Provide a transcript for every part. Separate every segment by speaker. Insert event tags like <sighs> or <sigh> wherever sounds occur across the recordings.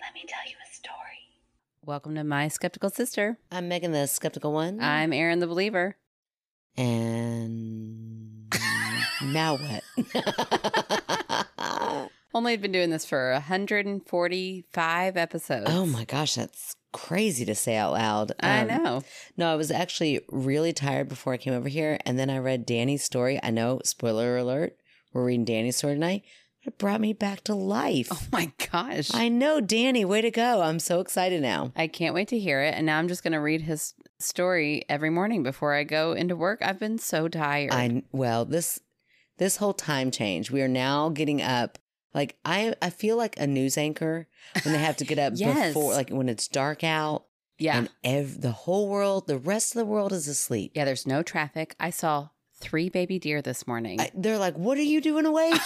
Speaker 1: Let me tell you a story.
Speaker 2: Welcome to My Skeptical Sister.
Speaker 3: I'm Megan, the skeptical one.
Speaker 2: I'm Aaron the Believer.
Speaker 3: and now
Speaker 2: <laughs>
Speaker 3: what?
Speaker 2: Only had been doing this for 145 episodes.
Speaker 3: oh my gosh, that's crazy to say out loud.
Speaker 2: I
Speaker 3: Um,
Speaker 2: know.
Speaker 3: No, I was actually really tired before I came over here, and then I read Danny's story. I know, spoiler alert, we're reading Danny's story tonight. but It brought me back to life.
Speaker 2: Oh my gosh. I,
Speaker 3: I know, Danny, way to go. I'm so excited now.
Speaker 2: can't wait to hear it. And now I'm just going to read his story every morning before I go into work. I've been so tired.
Speaker 3: I well, this this whole time change, we are now getting up. Like I, I feel like a news anchor when they have to
Speaker 2: <laughs>
Speaker 3: get up
Speaker 2: Yes.
Speaker 3: before, like when it's dark out,
Speaker 2: yeah.
Speaker 3: and ev- the whole world, the rest of the world is asleep.
Speaker 2: yeah, there's no traffic. I saw three baby deer this morning. <laughs>
Speaker 3: I, they're like, "What are you doing awake?"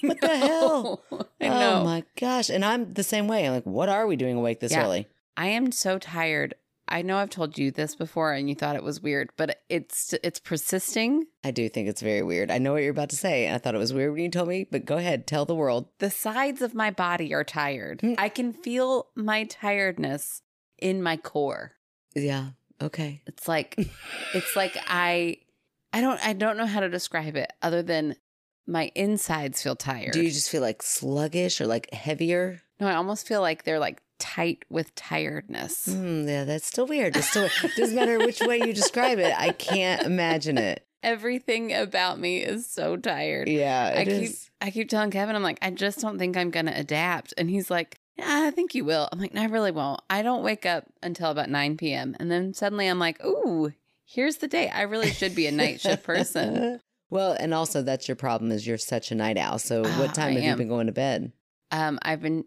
Speaker 3: what the hell?
Speaker 2: I know.
Speaker 3: Oh my gosh! And I'm the same way. I'm like, "What are we doing awake this
Speaker 2: Yeah.
Speaker 3: early?"
Speaker 2: I am so tired. I know I've told you this before and you thought it was weird, but it's it's persisting.
Speaker 3: I do think it's very weird. I know what you're about to say, and I thought it was weird when you told me. But go ahead, tell the world.
Speaker 2: The sides of my body are tired.
Speaker 3: Hmm.
Speaker 2: I can feel my tiredness in my core.
Speaker 3: Yeah. Okay.
Speaker 2: It's
Speaker 3: <laughs>
Speaker 2: like it's like I I don't I don't know how to describe it other than my insides feel tired.
Speaker 3: Do you just feel like sluggish or like heavier?
Speaker 2: no, I almost feel like they're like tight with tiredness.
Speaker 3: Mm, yeah, that's still weird. It's still it doesn't matter which way you describe it. I can't imagine it.
Speaker 2: Everything about me is so tired.
Speaker 3: Yeah,
Speaker 2: I
Speaker 3: it
Speaker 2: keep
Speaker 3: is.
Speaker 2: I keep telling Kevin, I'm like, I just don't think I'm gonna adapt. And he's like, "Yeah, I think you will. I'm like, no, I really won't. I don't wake up until about 9 p.m. And then suddenly I'm like, ooh, here's the day. I really should be a night shift person.
Speaker 3: <laughs> well, and also that's your problem is you're such a night owl. So
Speaker 2: Ah,
Speaker 3: what time
Speaker 2: I
Speaker 3: have you
Speaker 2: am.
Speaker 3: been going to bed?
Speaker 2: Um, I've been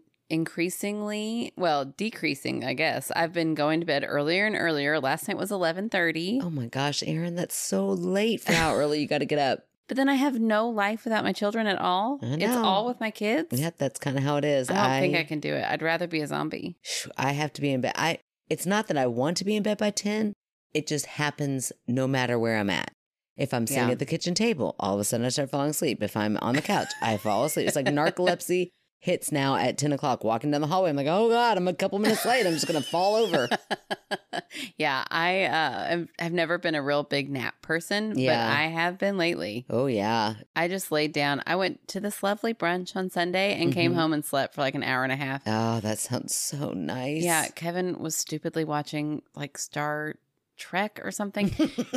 Speaker 2: increasingly, well, decreasing, I guess. I've been going to bed earlier and earlier. Last night was 11:30,
Speaker 3: Oh my gosh, Aaron, that's so
Speaker 2: <laughs>
Speaker 3: late for how early you got to get up.
Speaker 2: but then I have no life without my children at all.
Speaker 3: I
Speaker 2: It's
Speaker 3: know.
Speaker 2: all with my kids.
Speaker 3: Yeah, that's kind of how it is.
Speaker 2: I don't think I can do it. I'd rather be a zombie.
Speaker 3: Phew, I have to be in bed. I it's not that I want to be in bed by 10. It just happens no matter where I'm at. If I'm sitting
Speaker 2: Yeah.
Speaker 3: at the kitchen table, all of a sudden I start falling asleep. If I'm on the couch, I fall asleep. It's
Speaker 2: <laughs>
Speaker 3: like narcolepsy hits now at 10 o'clock. Walking down the hallway, I'm like, oh God, I'm a couple minutes late. I'm just going to
Speaker 2: <laughs>
Speaker 3: fall over.
Speaker 2: yeah, I uh, am- have never been a real big nap person,
Speaker 3: Yeah.
Speaker 2: but I have been lately.
Speaker 3: Oh, yeah.
Speaker 2: I just laid down. I went to this lovely brunch on Sunday and came
Speaker 3: Mhm.
Speaker 2: home and slept for like an hour and a half.
Speaker 3: Oh, that sounds so nice.
Speaker 2: Yeah, Kevin was stupidly watching like Star Trek or something.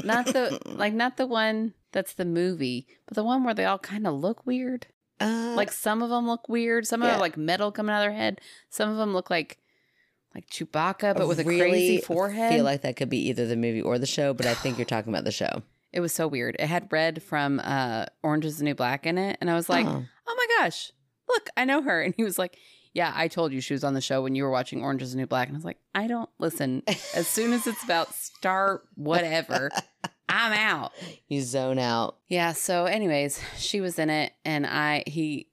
Speaker 2: not
Speaker 3: <laughs>
Speaker 2: the like not the one that's the movie, but the one where they all kind of look weird.
Speaker 3: Uh,
Speaker 2: Like some of them look weird. Some of them
Speaker 3: yeah.
Speaker 2: are like metal coming out of their head. Some of them look like like Chewbacca, but with a
Speaker 3: really
Speaker 2: crazy forehead.
Speaker 3: feel like that could be either the movie or the show, but I think you're talking about the show.
Speaker 2: It was so weird. It had red from uh, Orange is the New Black in it. And I was like, oh.
Speaker 3: Oh.
Speaker 2: my gosh, look, I know her. <laughs> And he was like, yeah, I told you she was on the show when you were watching Orange is the New Black. And I was like, I don't listen. As soon as it's about star whatever, I'm out.
Speaker 3: <laughs> you zone out.
Speaker 2: Yeah. So, anyways, she was in it. And I, he,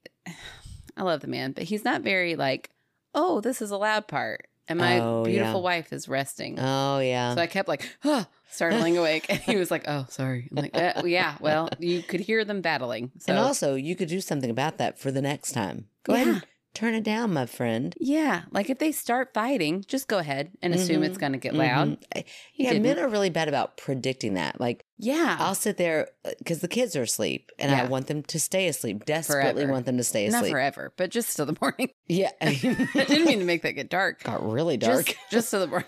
Speaker 2: I love the man, but he's not very like, oh, this is a loud part. And my
Speaker 3: Oh, yeah.
Speaker 2: beautiful wife is resting.
Speaker 3: Oh, yeah.
Speaker 2: So I kept like, huh, startling awake. And he was like, oh, sorry. I'm like, uh, yeah, well, you could hear them battling. So,
Speaker 3: and also, you could do something about that for the next time. Go ahead and turn it down, my friend.
Speaker 2: yeah, like if they start fighting, just go ahead and assume
Speaker 3: Mhm.
Speaker 2: it's going to get loud.
Speaker 3: Mhm. I-
Speaker 2: He
Speaker 3: Yeah, men
Speaker 2: didn't.
Speaker 3: are really bad about predicting that. Like,
Speaker 2: yeah.
Speaker 3: I'll sit there because the kids are asleep, and I
Speaker 2: Yeah.
Speaker 3: want them to stay asleep. Desperately
Speaker 2: Forever.
Speaker 3: want them to stay
Speaker 2: Not
Speaker 3: asleep.
Speaker 2: forever, but just till the morning. <laughs>
Speaker 3: Yeah,
Speaker 2: I didn't mean to make that get dark.
Speaker 3: <laughs> got really
Speaker 2: Just-
Speaker 3: dark. <laughs> Uh,
Speaker 2: Just, till the morning.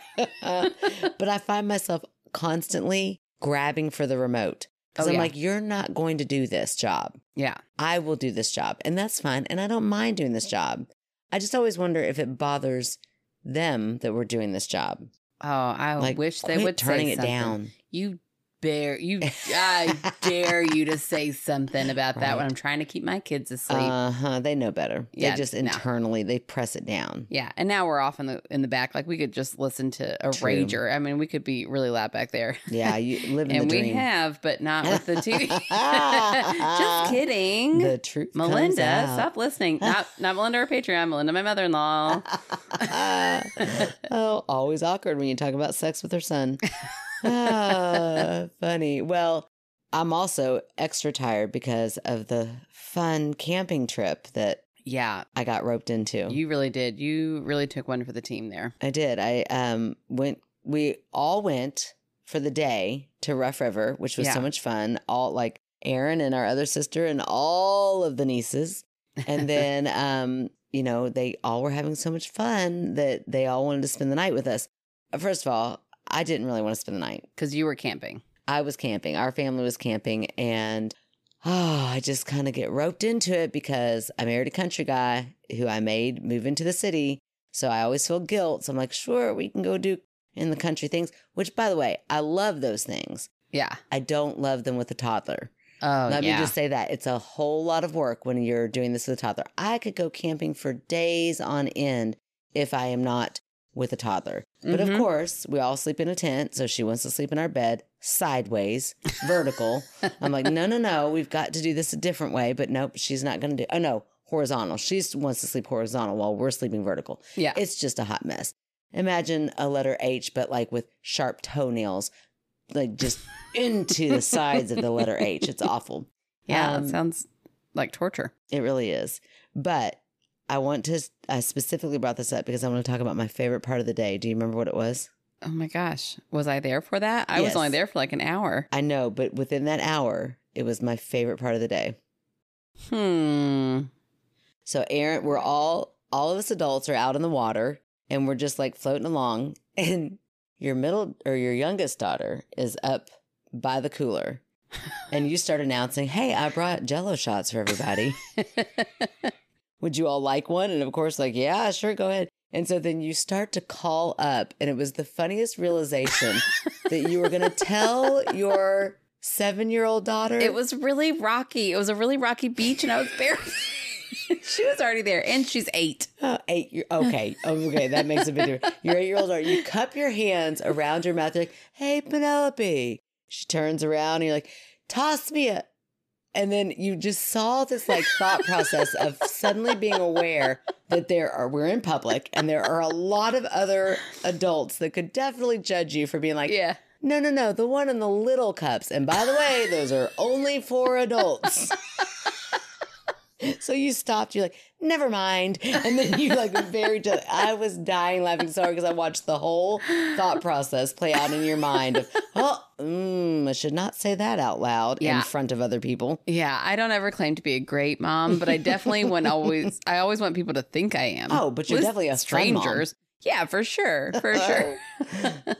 Speaker 3: but I find myself constantly grabbing for the remote because
Speaker 2: Oh,
Speaker 3: I'm
Speaker 2: yeah.
Speaker 3: like, "You're not going to do this job.
Speaker 2: Yeah.
Speaker 3: I will do this job, and that's fine. And I don't mind doing this job. I just always wonder if it bothers them that we're doing this job."
Speaker 2: Oh, I wish they
Speaker 3: quit
Speaker 2: would
Speaker 3: turning
Speaker 2: say
Speaker 3: it
Speaker 2: something.
Speaker 3: down.
Speaker 2: You bear you. I
Speaker 3: <laughs>
Speaker 2: dare you to say something about that when
Speaker 3: Right.
Speaker 2: I'm trying to keep my kids asleep.
Speaker 3: Uh huh. They know better.
Speaker 2: Yeah,
Speaker 3: they just
Speaker 2: no.
Speaker 3: internally they press it down.
Speaker 2: Yeah, and now we're off in the in the back. Like we could just listen to a
Speaker 3: True.
Speaker 2: rager. I mean, we could be really loud back there. <laughs>
Speaker 3: Yeah, you live in
Speaker 2: and
Speaker 3: the
Speaker 2: we
Speaker 3: dream.
Speaker 2: have, but not with the
Speaker 3: <laughs>
Speaker 2: TV. just kidding,
Speaker 3: the truth, comes
Speaker 2: Melinda.
Speaker 3: out.
Speaker 2: Stop listening.
Speaker 3: <laughs>
Speaker 2: Not not Melinda or Patreon. Melinda, my mother in law.
Speaker 3: <laughs>
Speaker 2: <laughs>
Speaker 3: oh, always awkward when you talk about sex with her son. Ah, funny. Well, I'm also extra tired because of the fun camping trip that
Speaker 2: yeah,
Speaker 3: I got roped into.
Speaker 2: you really did. You really took one for the team there.
Speaker 3: I did. I um went. We all went for the day to Rough River, which was
Speaker 2: Yeah.
Speaker 3: so much fun. All like Aaron and our other sister and all of the nieces, and then um you know they all were having so much fun that they all wanted to spend the night with us. First of all, I didn't really want to spend the night.
Speaker 2: Because you were camping.
Speaker 3: I was camping. Our family was camping, and oh, I just kind of get roped into it because I married a country guy who I made move into the city. So I always feel guilt. So I'm like, sure, we can go do in the country things. Which, by the way, I love those things.
Speaker 2: Yeah.
Speaker 3: I don't love them with a toddler.
Speaker 2: Oh,
Speaker 3: Let
Speaker 2: yeah.
Speaker 3: me just say that it's a whole lot of work when you're doing this with a toddler. I could go camping for days on end if I am not with a toddler. But
Speaker 2: Mhm.
Speaker 3: of course, we all sleep in a tent, so she wants to sleep in our bed sideways, vertical. I'm like, no, no, no, we've got to do this a different way. But nope, she's not going to do. Oh no, horizontal. She wants to sleep horizontal while we're sleeping vertical.
Speaker 2: yeah.
Speaker 3: It's just a hot mess. Imagine a letter H, but like with sharp toenails, like just into the sides of the letter H. It's awful.
Speaker 2: yeah.
Speaker 3: um,
Speaker 2: that sounds like torture.
Speaker 3: It really is. But I want to, I specifically brought this up because I want to talk about my favorite part of the day. Do you remember what it was?
Speaker 2: Oh my gosh. Was I there for that? I was
Speaker 3: Yes.
Speaker 2: only there for like an hour.
Speaker 3: I know, but within that hour, it was my favorite part of the day.
Speaker 2: Hmm. <laughs>
Speaker 3: So, Aaron, we're all, all of us adults are out in the water and we're just like floating along. <laughs> And your middle or your youngest daughter is up by the cooler. And you start announcing, hey, I brought jello shots for everybody. would you all like one? And of course, like, yeah, sure, go ahead. And so then you start to call up, and it was the funniest realization that you were going to tell your seven year old daughter.
Speaker 2: It was really rocky. It was a really rocky beach, and I was bare. <laughs> she was already there, and she's eight.
Speaker 3: Oh, eight year. Okay. Oh, okay. That makes a big difference. Your eight year old daughter, you cup your hands around your mouth. You're like, hey, Penelope. She turns around and you're like, toss me a. And then you just saw this like thought process of suddenly being aware that there are, we're in public and there are a lot of other adults that could definitely judge you for being like,
Speaker 2: Yeah.
Speaker 3: no, no, no, the one in the little cups. And by the way, those are only for
Speaker 2: <laughs>
Speaker 3: adults. so you stopped, you're like, never mind. And then you like very just I was dying laughing so hard because I watched the whole thought process play out in your mind of, oh, mm, I should not say that out loud
Speaker 2: Yeah.
Speaker 3: in front of other people.
Speaker 2: Yeah, I don't ever claim to be a great mom, but I definitely want always. I always want people to think I am.
Speaker 3: Oh, but you're
Speaker 2: With
Speaker 3: definitely a fun mom.
Speaker 2: strangers. Yeah, for sure, for
Speaker 3: <laughs>
Speaker 2: sure.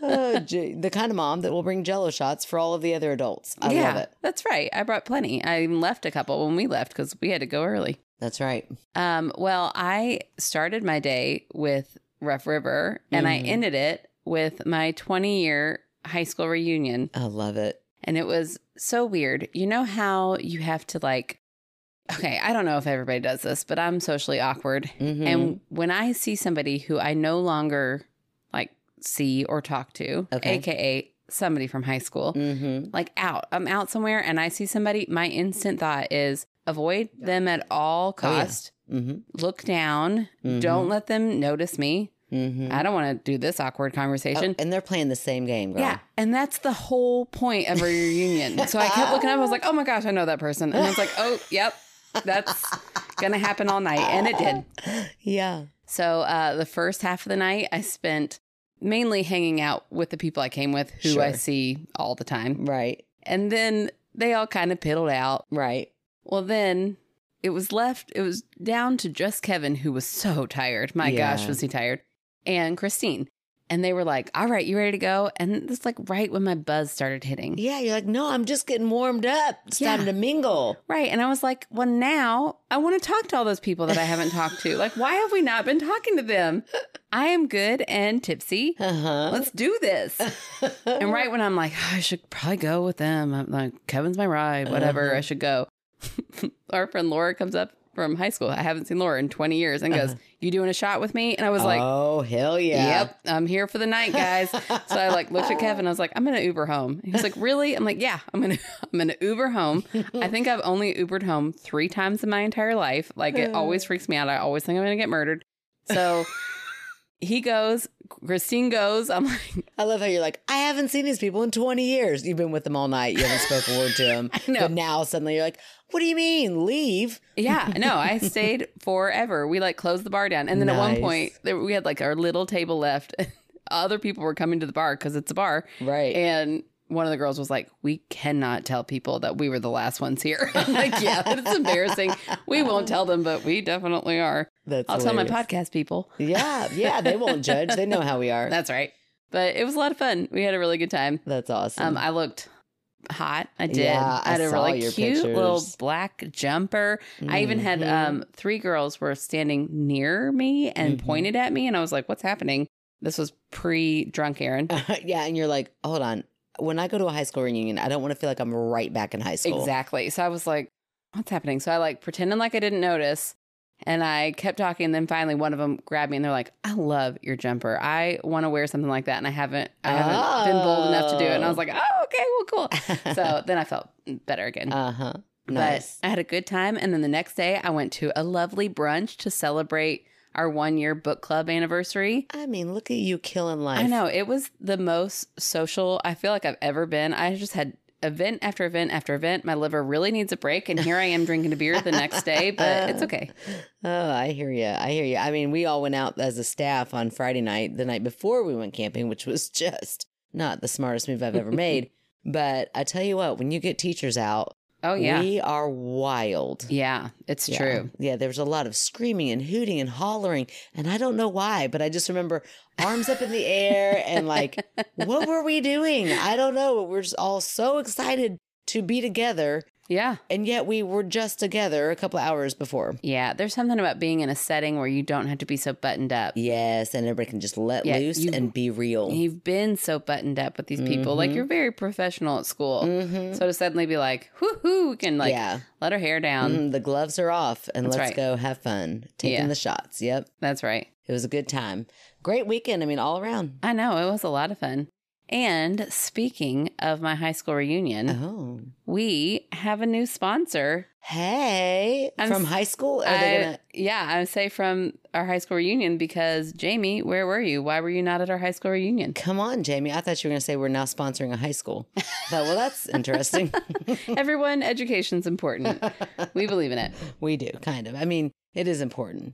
Speaker 3: Oh, gee, the kind of mom that will bring jello shots for all of the other adults. I
Speaker 2: yeah,
Speaker 3: love it.
Speaker 2: that's right. I brought plenty. I even left a couple when we left because we had to go early.
Speaker 3: That's right.
Speaker 2: Um, well, I started my day with Rough River, and I
Speaker 3: Mhm.
Speaker 2: ended it with my 20 year high school reunion.
Speaker 3: I love it.
Speaker 2: And it was so weird. You know how you have to like, okay, I don't know if everybody does this, but I'm socially awkward.
Speaker 3: Mhm.
Speaker 2: And when I see somebody who I no longer like see or talk to,
Speaker 3: Okay.
Speaker 2: aka somebody from high school,
Speaker 3: Mhm.
Speaker 2: like out, I'm out somewhere and I see somebody, my instant thought is avoid them at all
Speaker 3: Oh, yeah.
Speaker 2: cost.
Speaker 3: Mhm.
Speaker 2: Look down.
Speaker 3: Mhm.
Speaker 2: Don't let them notice me.
Speaker 3: Mhm.
Speaker 2: I don't want to do this awkward
Speaker 3: Oh,
Speaker 2: conversation.
Speaker 3: and they're playing the same game, girl.
Speaker 2: Yeah, and that's the whole point of a reunion. so I kept looking up. I was like, "Oh my gosh, I know that person," and I was like, "Oh, yep, <laughs>
Speaker 3: <laughs>
Speaker 2: that's gonna happen all night," and it did.
Speaker 3: Yeah.
Speaker 2: So uh, the first half of the night, I spent mainly hanging out with the people I came with, who I
Speaker 3: Sure.
Speaker 2: see all the time,
Speaker 3: Right.
Speaker 2: and then they all kind of piddled out.
Speaker 3: Right.
Speaker 2: Well, then it was left. It was down to just Kevin, who was so tired. My
Speaker 3: Yeah.
Speaker 2: gosh, was he tired? And Christine. And they were like, all right, you ready to go? And it's like right when my buzz started hitting.
Speaker 3: Yeah. You're like, no, I'm just getting warmed up. It's
Speaker 2: Yeah.
Speaker 3: time to mingle.
Speaker 2: Right. And I was like, well, now I want to talk to all those people that I haven't talked to. Like, why have we not been talking to them? I am good and tipsy.
Speaker 3: Uh
Speaker 2: Let's do this.
Speaker 3: <laughs> huh.
Speaker 2: Uh-huh. And right when I'm like, I should probably go with them. I'm like, Kevin's my ride, whatever.
Speaker 3: Uh-huh.
Speaker 2: I should go. <laughs> Our friend Laura comes up from high school. I haven't seen Laura in 20 years and goes, You doing a shot with me? And I was like,
Speaker 3: Uh-huh. oh hell yeah.
Speaker 2: Yep, I'm here for the
Speaker 3: <laughs>
Speaker 2: night, <laughs> guys. so I like looked at Kevin. I was like, I'm gonna Uber home. He was like, Really? I'm like, Yeah, I'm gonna <laughs> I'm gonna Uber home. I think I've only Ubered home three times in my entire life. Like it always freaks me out. I always think I'm gonna get murdered. So he goes, Christine goes. I'm like,
Speaker 3: I love how you're like, I haven't seen these people in 20 years. You've been with them all night. You haven't spoken a word
Speaker 2: <laughs>
Speaker 3: to them.
Speaker 2: I know.
Speaker 3: But now suddenly you're like, what do you mean? Leave?
Speaker 2: yeah, no, I stayed forever. We like closed the bar down, and then at one
Speaker 3: Nice.
Speaker 2: point there, we had like our little table left. <laughs> Other people were coming to the bar because it's a bar,
Speaker 3: Right.
Speaker 2: and one of the girls was like, "We cannot tell people that we were the last ones here." <laughs> I'm like, yeah, that's embarrassing. We won't tell them, but we definitely are.
Speaker 3: That's
Speaker 2: I'll tell my
Speaker 3: hilarious.
Speaker 2: podcast people.
Speaker 3: Yeah. Yeah. They won't judge. They know how
Speaker 2: <laughs>
Speaker 3: we are.
Speaker 2: That's right. But it was a lot of fun. We had a really good time.
Speaker 3: That's awesome.
Speaker 2: Um, I looked hot. I did.
Speaker 3: Yeah, I
Speaker 2: had a
Speaker 3: saw
Speaker 2: really
Speaker 3: your
Speaker 2: cute little
Speaker 3: pictures.
Speaker 2: black jumper. I even had
Speaker 3: Mhm.
Speaker 2: um three girls were standing near me and
Speaker 3: Mhm.
Speaker 2: pointed at me, and I was like, "What's happening?" This was pre drunk Aaron.
Speaker 3: <laughs> yeah. And you're like, hold on. When I go to a high school reunion, I don't want to feel like I'm right back in high school.
Speaker 2: Exactly. So I was like, what's happening? So I like pretended like I didn't notice and I kept talking. And then finally one of them grabbed me and they're like, I love your jumper. I want to wear something like that. And I haven't, I haven't been bold enough to do it. And I was like, oh, okay, well,
Speaker 3: <laughs>
Speaker 2: cool. So then I felt better again.
Speaker 3: uh huh. Nice.
Speaker 2: But I had a good time. And then the next day I went to a lovely brunch to celebrate our one year book club anniversary.
Speaker 3: I mean, look at you killing life.
Speaker 2: I know. It was the most social I feel like I've ever been. I just had event after event after event. My liver really needs a break. And here I am drinking a beer the next
Speaker 3: <laughs>
Speaker 2: day, but it's okay.
Speaker 3: <gasps> Oh, I hear you. I hear you. I mean, we all went out as a staff on Friday night, the night before we went camping, which was <laughs> just not the smartest move I've
Speaker 2: <laughs>
Speaker 3: ever made. But I tell you what, when you get teachers out,
Speaker 2: Oh, yeah.
Speaker 3: we are wild.
Speaker 2: yeah, it's
Speaker 3: Yeah.
Speaker 2: true.
Speaker 3: Yeah, there was a lot of screaming and hooting and hollering. And I don't know why, but I just remember arms up in the air and <laughs> like, what were we doing? I don't know. but We're just all so excited to be together.
Speaker 2: <laughs> Yeah.
Speaker 3: And yet we were just together a couple hours before.
Speaker 2: Yeah. There's something about being in a setting where you don't have to be so buttoned up.
Speaker 3: Yes, and everybody can just let
Speaker 2: Yeah,
Speaker 3: loose
Speaker 2: you-
Speaker 3: and be real.
Speaker 2: You've been so buttoned up with these people. Like
Speaker 3: Mhm.
Speaker 2: you're very professional at school.
Speaker 3: hmm
Speaker 2: So to suddenly be like, whoo hoo, we can like
Speaker 3: yeah,
Speaker 2: let her hair down.
Speaker 3: Mhm, the gloves are off, and
Speaker 2: That's
Speaker 3: let's
Speaker 2: right.
Speaker 3: go have fun taking
Speaker 2: Yeah.
Speaker 3: the shots. Yep,
Speaker 2: That's right.
Speaker 3: it was a good time, great weekend. I mean, all around.
Speaker 2: I know. It was a lot of fun. And speaking of my high school reunion,
Speaker 3: Oh,
Speaker 2: we have a new sponsor.
Speaker 3: hey,
Speaker 2: I'm
Speaker 3: from
Speaker 2: s-
Speaker 3: high school? Are they
Speaker 2: I-
Speaker 3: gonna?
Speaker 2: Yeah, I would say from our high school reunion because Jamie, where were you? Why were you not at our high school
Speaker 3: <laughs>
Speaker 2: reunion?
Speaker 3: Come on, Jamie. I thought you were gonna say we're now sponsoring a high school. I thought,
Speaker 2: <laughs>
Speaker 3: well, that's interesting.
Speaker 2: Everyone, education's important. We believe in it.
Speaker 3: we do kind of. I mean, it
Speaker 2: <laughs>
Speaker 3: is important.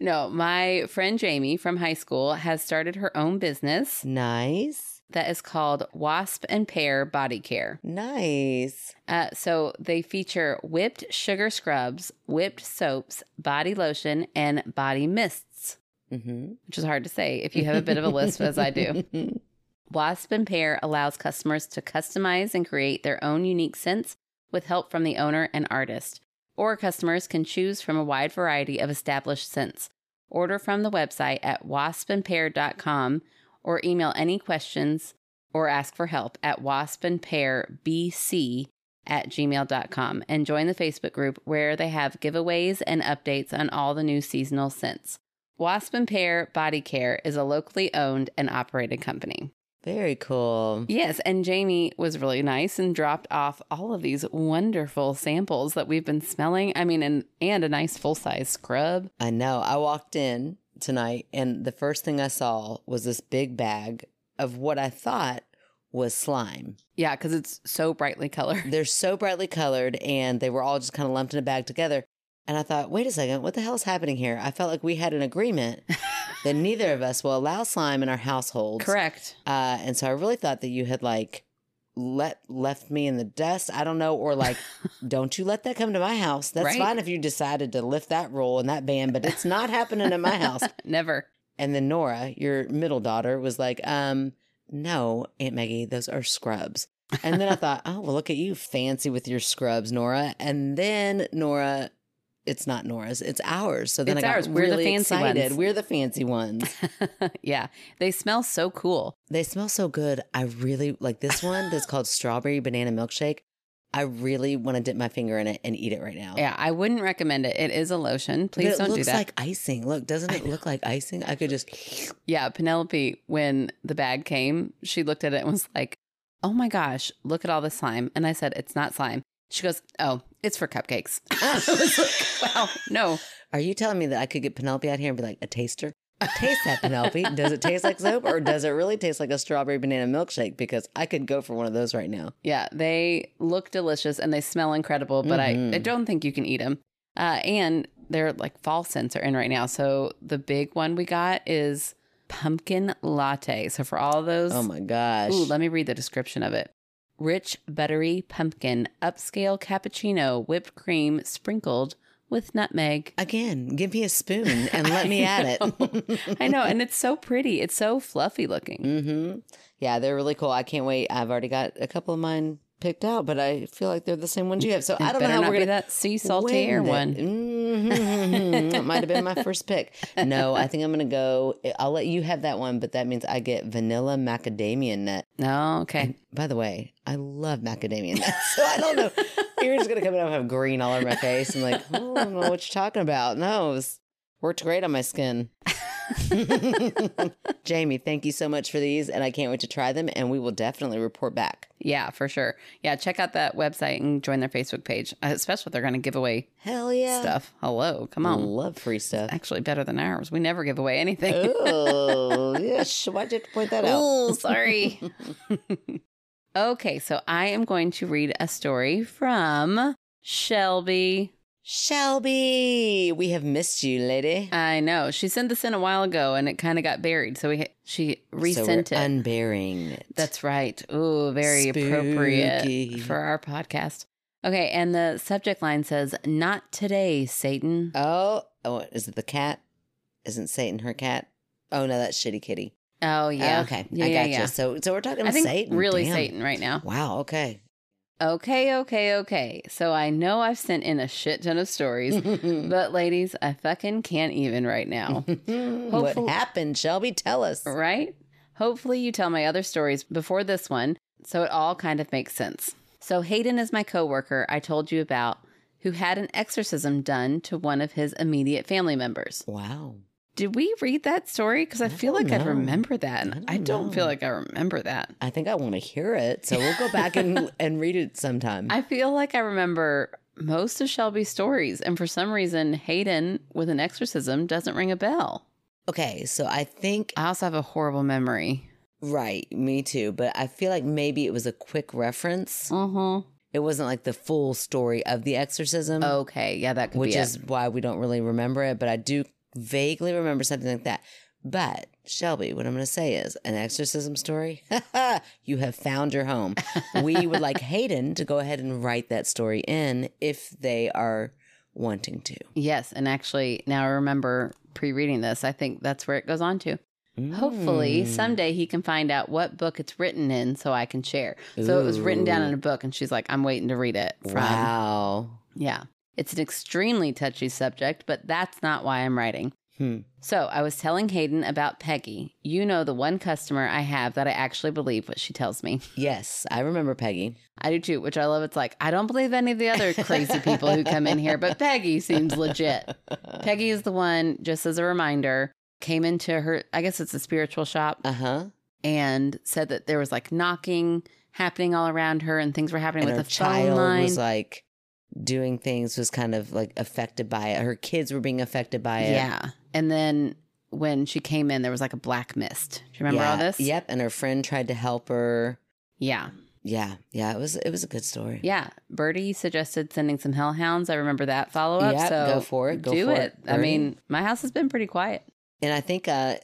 Speaker 2: No, my friend Jamie from high school has started her own business
Speaker 3: nice,
Speaker 2: that is called Wasp and Pear Body Care.
Speaker 3: nice.
Speaker 2: Uh, so they feature whipped sugar scrubs, whipped soaps, body lotion, and body mists,
Speaker 3: Mm-hmm.
Speaker 2: which is hard to say if you have a bit of a lisp as I
Speaker 3: <laughs>
Speaker 2: do. Wasp and Pair allows customers to customize and create their own unique scents with help from the owner and artist. Or customers can choose from a wide variety of established scents. Order from the website at waspandpair.com or email any questions or ask for help at waspandpairbc at gmail.com and join the Facebook group where they have giveaways and updates on all the new seasonal scents. Wasp and Pair Body Care is a locally owned and operated company.
Speaker 3: Very cool.
Speaker 2: Yes, and Jamie was really nice and dropped off all of these wonderful samples that we've been smelling. I mean, and and a nice full size scrub.
Speaker 3: I know. I walked in tonight and the first thing I saw was this big bag of what I thought was slime.
Speaker 2: Yeah, because it's so brightly colored. <laughs>
Speaker 3: They're so brightly colored and they were all just kind of lumped in a bag together. And I thought, wait a second, what the hell is happening here? I felt like we had an agreement
Speaker 2: <laughs>
Speaker 3: that neither of us will allow slime in our households.
Speaker 2: Correct.
Speaker 3: Uh, and so I really thought that you had like let left me in the dust. I don't know,
Speaker 2: <laughs>
Speaker 3: or like, don't you let that come to my house. That's
Speaker 2: Right.
Speaker 3: fine if you decided to lift that rule and that ban, but it's not happening in my house.
Speaker 2: Never. <laughs>
Speaker 3: And then Nora, your middle daughter, was like, um, no, Aunt Maggie, those are scrubs. And then I thought, oh, well, look at you fancy with your scrubs, Nora. And then Nora, it's not Nora's, it's ours. So then
Speaker 2: It's
Speaker 3: I got
Speaker 2: ours. We're
Speaker 3: really
Speaker 2: the fancy ones.
Speaker 3: excited. We're the fancy ones.
Speaker 2: yeah, they smell so cool.
Speaker 3: They smell so good. I really like this one that's called strawberry banana milkshake. I really want to dip my finger in it and eat it right now.
Speaker 2: Yeah, I wouldn't recommend it. It is a lotion.
Speaker 3: But
Speaker 2: Please
Speaker 3: it
Speaker 2: don't
Speaker 3: looks
Speaker 2: do that.
Speaker 3: like icing. Look, doesn't
Speaker 2: I
Speaker 3: it look like icing? I
Speaker 2: <laughs>
Speaker 3: could just <laughs>
Speaker 2: yeah, Penelope, when the bag came, she looked at it and was like, "Oh my gosh, look at all this slime!" And I said, "It's not slime." She goes, "Oh, it's for <laughs> cupcakes." I was like, "Wow, no."
Speaker 3: Are you telling me that I could get Penelope out here and be like a taster? taste
Speaker 2: <laughs>
Speaker 3: that, Penelope? Does it taste like soap or does it really taste like a strawberry banana milkshake? Because I could go for one of those right now.
Speaker 2: Yeah, they look delicious and they smell incredible, but
Speaker 3: Mhm.
Speaker 2: I, I don't think you can eat them. Uh, and their like fall scents are in right now. So the big one we got is pumpkin latte. So for all those,
Speaker 3: Oh my gosh.
Speaker 2: ooh, let me read the description of it. Rich, buttery pumpkin, upscale cappuccino, whipped cream sprinkled with nutmeg.
Speaker 3: Again, give me
Speaker 2: <laughs>
Speaker 3: a spoon and let me
Speaker 2: I
Speaker 3: at it.
Speaker 2: I know, and it's so pretty. It's so fluffy looking.
Speaker 3: <laughs> Mm-hmm. Yeah, they're really cool. I can't wait. I've already got a couple of mine picked out, but I feel like they're the same ones you have. So I
Speaker 2: It
Speaker 3: don't know
Speaker 2: better
Speaker 3: how
Speaker 2: not
Speaker 3: we're
Speaker 2: be
Speaker 3: gonna
Speaker 2: that sea salty air one.
Speaker 3: hmm that might have
Speaker 2: <laughs>
Speaker 3: been my first pick. No, I think I'm gonna go. I'll let you have that one, but that means I get vanilla macadamia nut.
Speaker 2: No, okay.
Speaker 3: By the way, I love macadamia nuts, so I don't know. You're just gonna come in and have green all over my face. I'm like, oh, I don't know what you're talking about. No, it's worked great on my
Speaker 2: <laughs>
Speaker 3: skin. Jamie, thank you so much for these, and I can't wait to try them. And we will definitely report back.
Speaker 2: Yeah, for sure. Yeah, check out that website and join their Facebook page, uh, especially if they're going to give away
Speaker 3: Hell yeah!
Speaker 2: stuff. Hello, come
Speaker 3: I
Speaker 2: on.
Speaker 3: love free stuff.
Speaker 2: Actually, better than ours. We never give away anything. <laughs>
Speaker 3: oh, yes. Why'd you have to point that out?
Speaker 2: Ooh,
Speaker 3: <laughs>
Speaker 2: sorry. okay, so I am going to read a story from Shelby.
Speaker 3: Shelby, we have missed you, lady.
Speaker 2: I know she sent this in a while ago, and it kind of got buried. So we she resent
Speaker 3: so
Speaker 2: it.
Speaker 3: we're Unburying it.
Speaker 2: That's right. Ooh, very appropriate
Speaker 3: Spooky.
Speaker 2: for our podcast. Okay, and the subject line says, "Not today, Satan."
Speaker 3: oh, oh, is it the cat? Isn't Satan her cat? Oh no, that's Shitty Kitty.
Speaker 2: Oh yeah.
Speaker 3: okay,
Speaker 2: Yeah,
Speaker 3: I
Speaker 2: yeah,
Speaker 3: gotcha.
Speaker 2: yeah.
Speaker 3: So, so we're talking
Speaker 2: I think
Speaker 3: Satan.
Speaker 2: really
Speaker 3: Damn.
Speaker 2: Satan right now.
Speaker 3: Wow. Okay.
Speaker 2: Okay, okay, okay. So I know I've sent in a shit ton of
Speaker 3: Mm-hmm.
Speaker 2: stories,
Speaker 3: <laughs>
Speaker 2: but ladies, I fucking can't even right now.
Speaker 3: what
Speaker 2: Hopeful-
Speaker 3: happened, Shelby? Tell us.
Speaker 2: right? Hopefully, you tell my other stories before this one, so it all kind of makes sense. So, Hayden is my coworker I told you about, who had an exorcism done to one of his immediate family members.
Speaker 3: Wow.
Speaker 2: Did we read that story? Because I,
Speaker 3: I
Speaker 2: feel
Speaker 3: don't
Speaker 2: like I
Speaker 3: know.
Speaker 2: remember that, and
Speaker 3: I
Speaker 2: I
Speaker 3: don't
Speaker 2: don't, feel
Speaker 3: know.
Speaker 2: like I remember that.
Speaker 3: I think I want to hear it, so we'll go
Speaker 2: <laughs>
Speaker 3: back and and read it sometime.
Speaker 2: I feel like I remember most of Shelby's stories, and for some reason, Hayden with an exorcism doesn't ring a bell.
Speaker 3: okay, so I think
Speaker 2: I also have a horrible memory.
Speaker 3: Right, me too. But I feel like maybe it was a quick reference.
Speaker 2: Uh huh.
Speaker 3: It wasn't like the full story of the exorcism,
Speaker 2: Okay, yeah, that could
Speaker 3: which
Speaker 2: be
Speaker 3: is why we don't really remember it. But I do vaguely remember something like that. But Shelby, what I'm going to say is an exorcism story. <laughs> you have found
Speaker 2: <laughs>
Speaker 3: your home. We would like Hayden to go ahead and write that story in if they are wanting to.
Speaker 2: it. yes. And actually, now I remember pre-reading this. I think that's where it goes on to. Hopefully,
Speaker 3: Mm.
Speaker 2: someday he can find out what book it's written in, so I can share. So it was written down
Speaker 3: Ooh.
Speaker 2: in a book, and she's like, "I'm waiting to read it." From.
Speaker 3: Wow.
Speaker 2: Yeah. It's an extremely touchy subject, but that's not why I'm writing.
Speaker 3: Hmm.
Speaker 2: So I was telling Hayden about Peggy. You know, the one customer I have that I actually believe what she tells me.
Speaker 3: Yes, I remember Peggy.
Speaker 2: I do too, which I love. It's like, I don't believe any of the other crazy people who come in here, but Peggy seems legit.
Speaker 3: <laughs>
Speaker 2: Peggy is the one, just as a reminder, came into her, I guess it's a spiritual shop,
Speaker 3: Uh huh.
Speaker 2: and said that there was like knocking happening all around her and things were happening
Speaker 3: and
Speaker 2: with
Speaker 3: her
Speaker 2: the
Speaker 3: child
Speaker 2: phone line.
Speaker 3: was like doing things was kind of like affected by it. Her kids were being affected by it.
Speaker 2: Yeah. And then when she came in, there was like a black mist. Do you remember all
Speaker 3: Yeah.
Speaker 2: this?
Speaker 3: Yep. And her friend tried to help her.
Speaker 2: Yeah.
Speaker 3: Yeah. Yeah. It was it was a good story.
Speaker 2: Yeah. Birdie suggested sending some hellhounds. I remember that follow up.
Speaker 3: Yep,
Speaker 2: so
Speaker 3: go for it, go
Speaker 2: do
Speaker 3: for
Speaker 2: it.
Speaker 3: it,
Speaker 2: I
Speaker 3: Birdie.
Speaker 2: mean, my house has been pretty quiet.
Speaker 3: And I think uh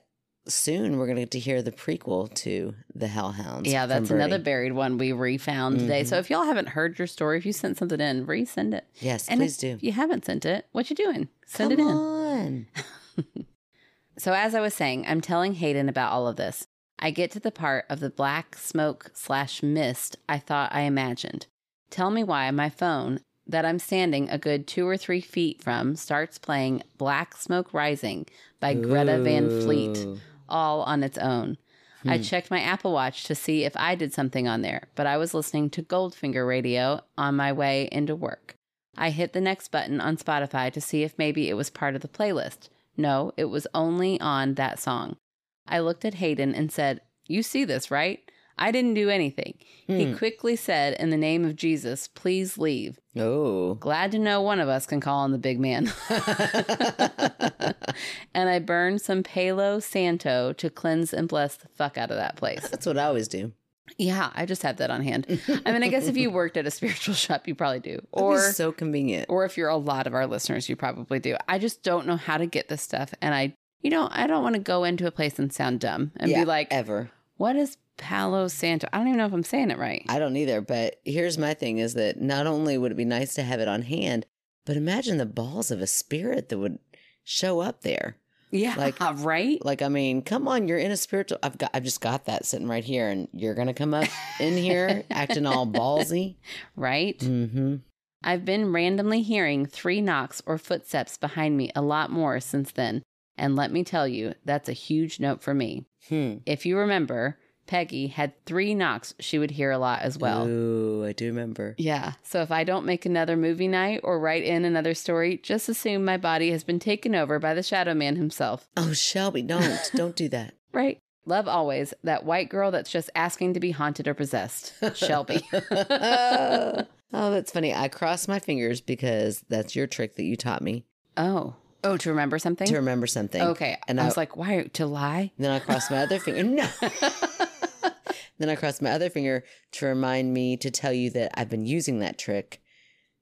Speaker 3: soon we're gonna get to hear the prequel to the Hellhounds.
Speaker 2: yeah,
Speaker 3: from
Speaker 2: that's another
Speaker 3: Birdie. Mm-hmm.
Speaker 2: buried one we refound today. So if y'all haven't heard your story, if you sent something in, resend it.
Speaker 3: Yes,
Speaker 2: And
Speaker 3: please
Speaker 2: if
Speaker 3: do.
Speaker 2: you haven't sent it, what you doing? Send
Speaker 3: Come
Speaker 2: it in.
Speaker 3: on.
Speaker 2: So, as I was saying, I'm telling Hayden about all of this. I get to the part of the black smoke slash mist I thought I imagined. Tell me why my phone, that I'm standing a good two or three feet from, starts playing Black Smoke Rising by Greta Van Fleet
Speaker 3: Ooh.
Speaker 2: all on its own. I
Speaker 3: Hmm.
Speaker 2: checked my Apple Watch to see if I did something on there, but I was listening to Goldfinger radio on my way into work. I hit the next button on Spotify to see if maybe it was part of the playlist. No, it was only on that song. I looked at Hayden and said, You see this, right? I didn't do anything. He <laughs>
Speaker 3: Hmm.
Speaker 2: quickly said, In the name of Jesus, please leave.
Speaker 3: Oh. <laughs>
Speaker 2: Glad to know one of us can call on the big man. <laughs> and I burned some Palo Santo to cleanse and bless the fuck out of that place.
Speaker 3: That's what I always do.
Speaker 2: Yeah, I just have that on hand. I mean, I guess if
Speaker 3: <laughs>
Speaker 2: you worked at a spiritual <laughs> shop, you probably do.
Speaker 3: Or
Speaker 2: Or
Speaker 3: so convenient.
Speaker 2: or if you're a lot of our listeners, you probably do. I just don't know how to get this stuff and I you know, I don't want to go into a place and sound dumb and
Speaker 3: Yeah,
Speaker 2: be like,
Speaker 3: ever.
Speaker 2: "What is Palo Santo?" I don't even know if I'm saying it right.
Speaker 3: I don't either. But here's my thing: is that not only would it be nice to have it on hand, but imagine the balls of a spirit that would show up there.
Speaker 2: yeah,
Speaker 3: like-
Speaker 2: <laughs> right?
Speaker 3: Like, I mean, come on, you're in a spiritual. I've got, I've just got that sitting right here, and you're gonna come up in <laughs> here acting all ballsy.
Speaker 2: Right?
Speaker 3: Mm-hmm.
Speaker 2: I've been randomly hearing three knocks or footsteps behind me a lot more since then. And let me tell you, that's a huge note for me.
Speaker 3: Hmm.
Speaker 2: If you remember, Peggy had three knocks she would hear a lot as well.
Speaker 3: Ooh, I do remember.
Speaker 2: Yeah. So if I don't make another movie night or write in another story, just assume my body has been taken over by the Shadow Man himself.
Speaker 3: Oh, Shelby, don't, don't do <laughs> that.
Speaker 2: Right. Love always that white girl that's just asking to be haunted or
Speaker 3: <laughs>
Speaker 2: possessed. Shelby.
Speaker 3: oh, that's funny. I cross my fingers because that's your trick that you taught me
Speaker 2: Oh. Oh, to remember something?
Speaker 3: to remember something.
Speaker 2: Okay.
Speaker 3: And
Speaker 2: I
Speaker 3: I-
Speaker 2: was like, why? To
Speaker 3: <laughs>
Speaker 2: lie?
Speaker 3: Then I cross my other finger. No. Then I cross my other finger to remind me to tell you that I've been using that trick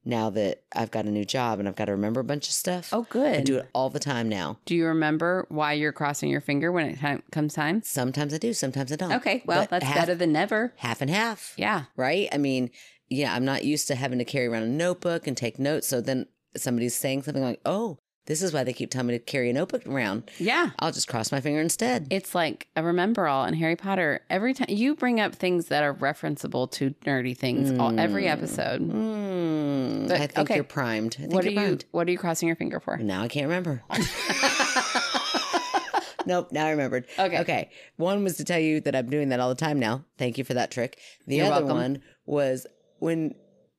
Speaker 3: now that I've got a new job and I've got to remember a bunch of stuff.
Speaker 2: oh,
Speaker 3: I
Speaker 2: good.
Speaker 3: do
Speaker 2: Do,
Speaker 3: it all the time now.
Speaker 2: you remember why you're crossing your finger when it time, comes time?
Speaker 3: Sometimes I do, sometimes I don't.
Speaker 2: Okay. Well,
Speaker 3: Oh, But
Speaker 2: that's
Speaker 3: half-
Speaker 2: better than never.
Speaker 3: Half and half,
Speaker 2: Yeah.
Speaker 3: right? I mean, yeah, I'm not used to having to carry around a notebook and take notes. So then somebody's saying something like, oh, this is why they keep telling me to carry a notebook around.
Speaker 2: Yeah.
Speaker 3: I'll just cross my finger instead.
Speaker 2: It's like a remember all in Harry Potter. Every time you bring up things that are referenceable to nerdy things, all every episode.
Speaker 3: Mm, I
Speaker 2: Look,
Speaker 3: think
Speaker 2: okay.
Speaker 3: you're primed. I Mm. think Mm.
Speaker 2: What are
Speaker 3: you're
Speaker 2: you?
Speaker 3: primed.
Speaker 2: What are you crossing your finger for?
Speaker 3: Now I can't remember. <laughs> nope, now I remembered.
Speaker 2: Okay.
Speaker 3: Okay. One was to tell you that I'm doing that all the time now. Thank you for that trick. The
Speaker 2: You're
Speaker 3: other
Speaker 2: welcome.
Speaker 3: one was when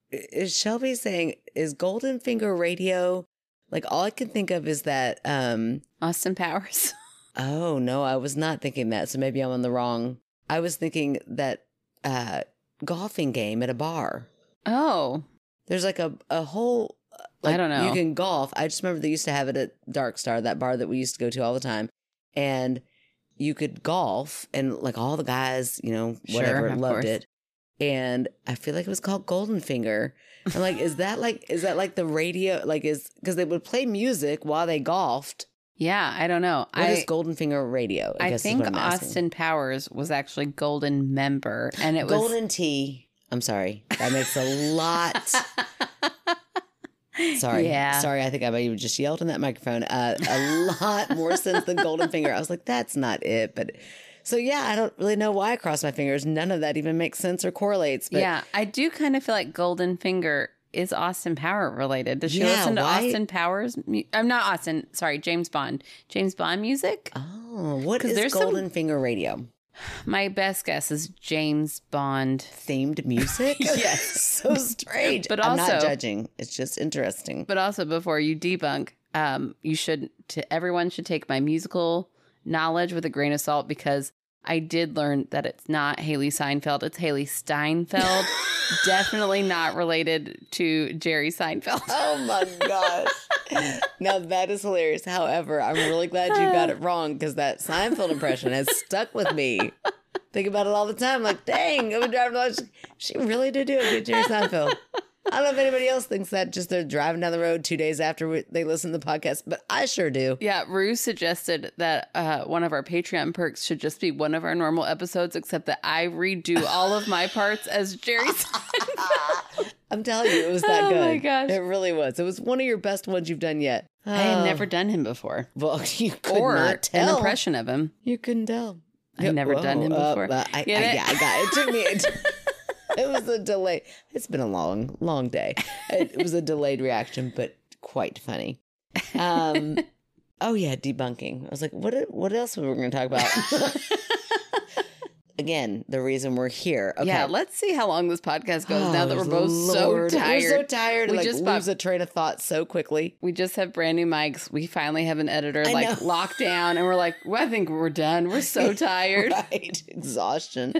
Speaker 3: is Shelby saying is Golden Finger Radio like all I can think of is that um
Speaker 2: Austin Powers. <laughs>
Speaker 3: oh no, I was not thinking that. So maybe I'm on the wrong. I was thinking that uh golfing game at a bar.
Speaker 2: Oh,
Speaker 3: There's like a a whole.
Speaker 2: I
Speaker 3: Like
Speaker 2: don't know.
Speaker 3: You can golf. I just remember they used to have it at Dark Star, that bar that we used to go to all the time, and you could golf, and like all the guys, you know,
Speaker 2: Sure,
Speaker 3: whatever,
Speaker 2: of
Speaker 3: loved
Speaker 2: course.
Speaker 3: it. And I feel like it was called Golden Finger. I'm like, is that like is that like the radio? Like is because they would play music while they golfed.
Speaker 2: yeah. I don't know.
Speaker 3: What is
Speaker 2: I
Speaker 3: Golden Finger radio?
Speaker 2: I,
Speaker 3: guess is
Speaker 2: think
Speaker 3: what I'm asking.
Speaker 2: Austin Powers was actually Golden member, and it was
Speaker 3: Golden Tea. I'm sorry, that makes a
Speaker 2: <laughs>
Speaker 3: lot. Sorry.
Speaker 2: Yeah.
Speaker 3: Sorry, I think I might have just yelled in that microphone. Uh, a lot more sense than golden finger. I was like, that's not it. But so yeah, I don't really know why I crossed my fingers. None of that even makes sense or correlates. But
Speaker 2: yeah, I do kind of feel like Golden Finger is Austin Power related. Does she
Speaker 3: Yeah,
Speaker 2: listen to
Speaker 3: why-
Speaker 2: Austin Powers? Mu- I'm not Austin. Sorry, James Bond. James Bond music.
Speaker 3: Oh, what
Speaker 2: 'Cause
Speaker 3: is
Speaker 2: there's some-
Speaker 3: golden finger radio?
Speaker 2: My best guess is James Bond.
Speaker 3: Themed music?
Speaker 2: <laughs> Yes.
Speaker 3: <laughs> so strange.
Speaker 2: But
Speaker 3: I'm not
Speaker 2: also-
Speaker 3: judging. It's just interesting.
Speaker 2: But also, before you debunk, um, you should to everyone should take my musical knowledge with a grain of salt because I did learn that it's not Haley Seinfeld; it's Haley Steinfeld.
Speaker 3: <laughs>
Speaker 2: Definitely not related to Jerry Seinfeld. <laughs>
Speaker 3: Oh my gosh. <laughs> now that is hilarious. However, I'm really glad you got it wrong because that Seinfeld impression has stuck with me. Think about it all the time. Like, dang, I've been driving along. She, she really did do a good Jerry Seinfeld. I don't know if anybody else thinks that just they're driving down the road two days after we, they listen to the podcast, but I
Speaker 2: <laughs>
Speaker 3: sure do.
Speaker 2: Yeah, Rue suggested that uh, one of our Patreon perks should just be one of our normal episodes, except that I redo all of my parts as
Speaker 3: <laughs>
Speaker 2: Jerry.
Speaker 3: I'm telling you, it was that
Speaker 2: Oh
Speaker 3: good.
Speaker 2: my gosh.
Speaker 3: It really was. It was one of your best ones you've done yet.
Speaker 2: I had
Speaker 3: Oh.
Speaker 2: never done him before,
Speaker 3: <sighs> Well, <laughs> you could
Speaker 2: or
Speaker 3: not
Speaker 2: an
Speaker 3: tell.
Speaker 2: impression of him.
Speaker 3: You couldn't tell.
Speaker 2: I've never done him
Speaker 3: uh,
Speaker 2: before.
Speaker 3: uh, I, I,
Speaker 2: Get it?
Speaker 3: yeah, I got it. took me. It,
Speaker 2: <laughs>
Speaker 3: it was a delay. It's been a long, long day. It, was a delayed reaction, but quite funny.
Speaker 2: <laughs>
Speaker 3: Um,
Speaker 2: <laughs>
Speaker 3: oh yeah, debunking. I was like, what? What else were we going to talk about? again the reason we're here. Okay.
Speaker 2: Yeah, let's see how long this podcast goes now that
Speaker 3: Oh,
Speaker 2: we're both
Speaker 3: Lord.
Speaker 2: so tired.
Speaker 3: We're so tired.
Speaker 2: We
Speaker 3: We like,
Speaker 2: just
Speaker 3: just
Speaker 2: bought-
Speaker 3: lose a train of thought so quickly.
Speaker 2: we just have brand new mics. We finally have an editor
Speaker 3: I
Speaker 2: like
Speaker 3: know.
Speaker 2: locked down, and we're like, well, I think we're done. We're
Speaker 3: <laughs>
Speaker 2: so tired.
Speaker 3: Right. Exhaustion.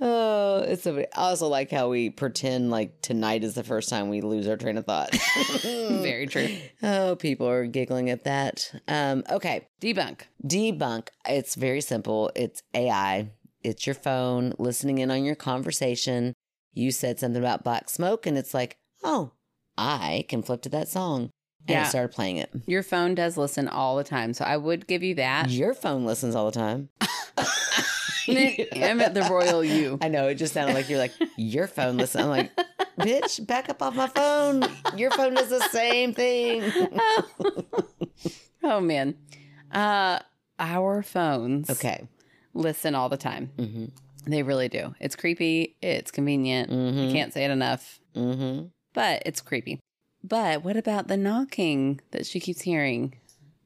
Speaker 3: oh, it's so funny. I also like how we pretend like tonight is the first time we lose our train
Speaker 2: <laughs>
Speaker 3: of thought.
Speaker 2: Very true.
Speaker 3: Oh, people are giggling at that. Um, okay.
Speaker 2: Debunk.
Speaker 3: Debunk. It's very simple. It's AI. It's your phone listening in on your conversation. You said something about black smoke, and it's like, oh, I can flip to that song. And
Speaker 2: Yeah.
Speaker 3: it started playing it.
Speaker 2: Your phone does listen all the time, so I would give you that.
Speaker 3: Your phone listens all the time.
Speaker 2: <laughs> I'm at the royal
Speaker 3: <laughs>
Speaker 2: you.
Speaker 3: I know. It just sounded like you're like, your phone listens. I'm like, bitch, back up off my phone. Your phone does the same <laughs> thing.
Speaker 2: <laughs> oh man, uh, our phones
Speaker 3: Okay.
Speaker 2: listen all the time.
Speaker 3: Mm-hmm.
Speaker 2: They really do. It's creepy. It's convenient. I
Speaker 3: Mm-hmm.
Speaker 2: can't say it enough,
Speaker 3: Mm-hmm.
Speaker 2: but it's creepy. But what about the knocking that she keeps hearing?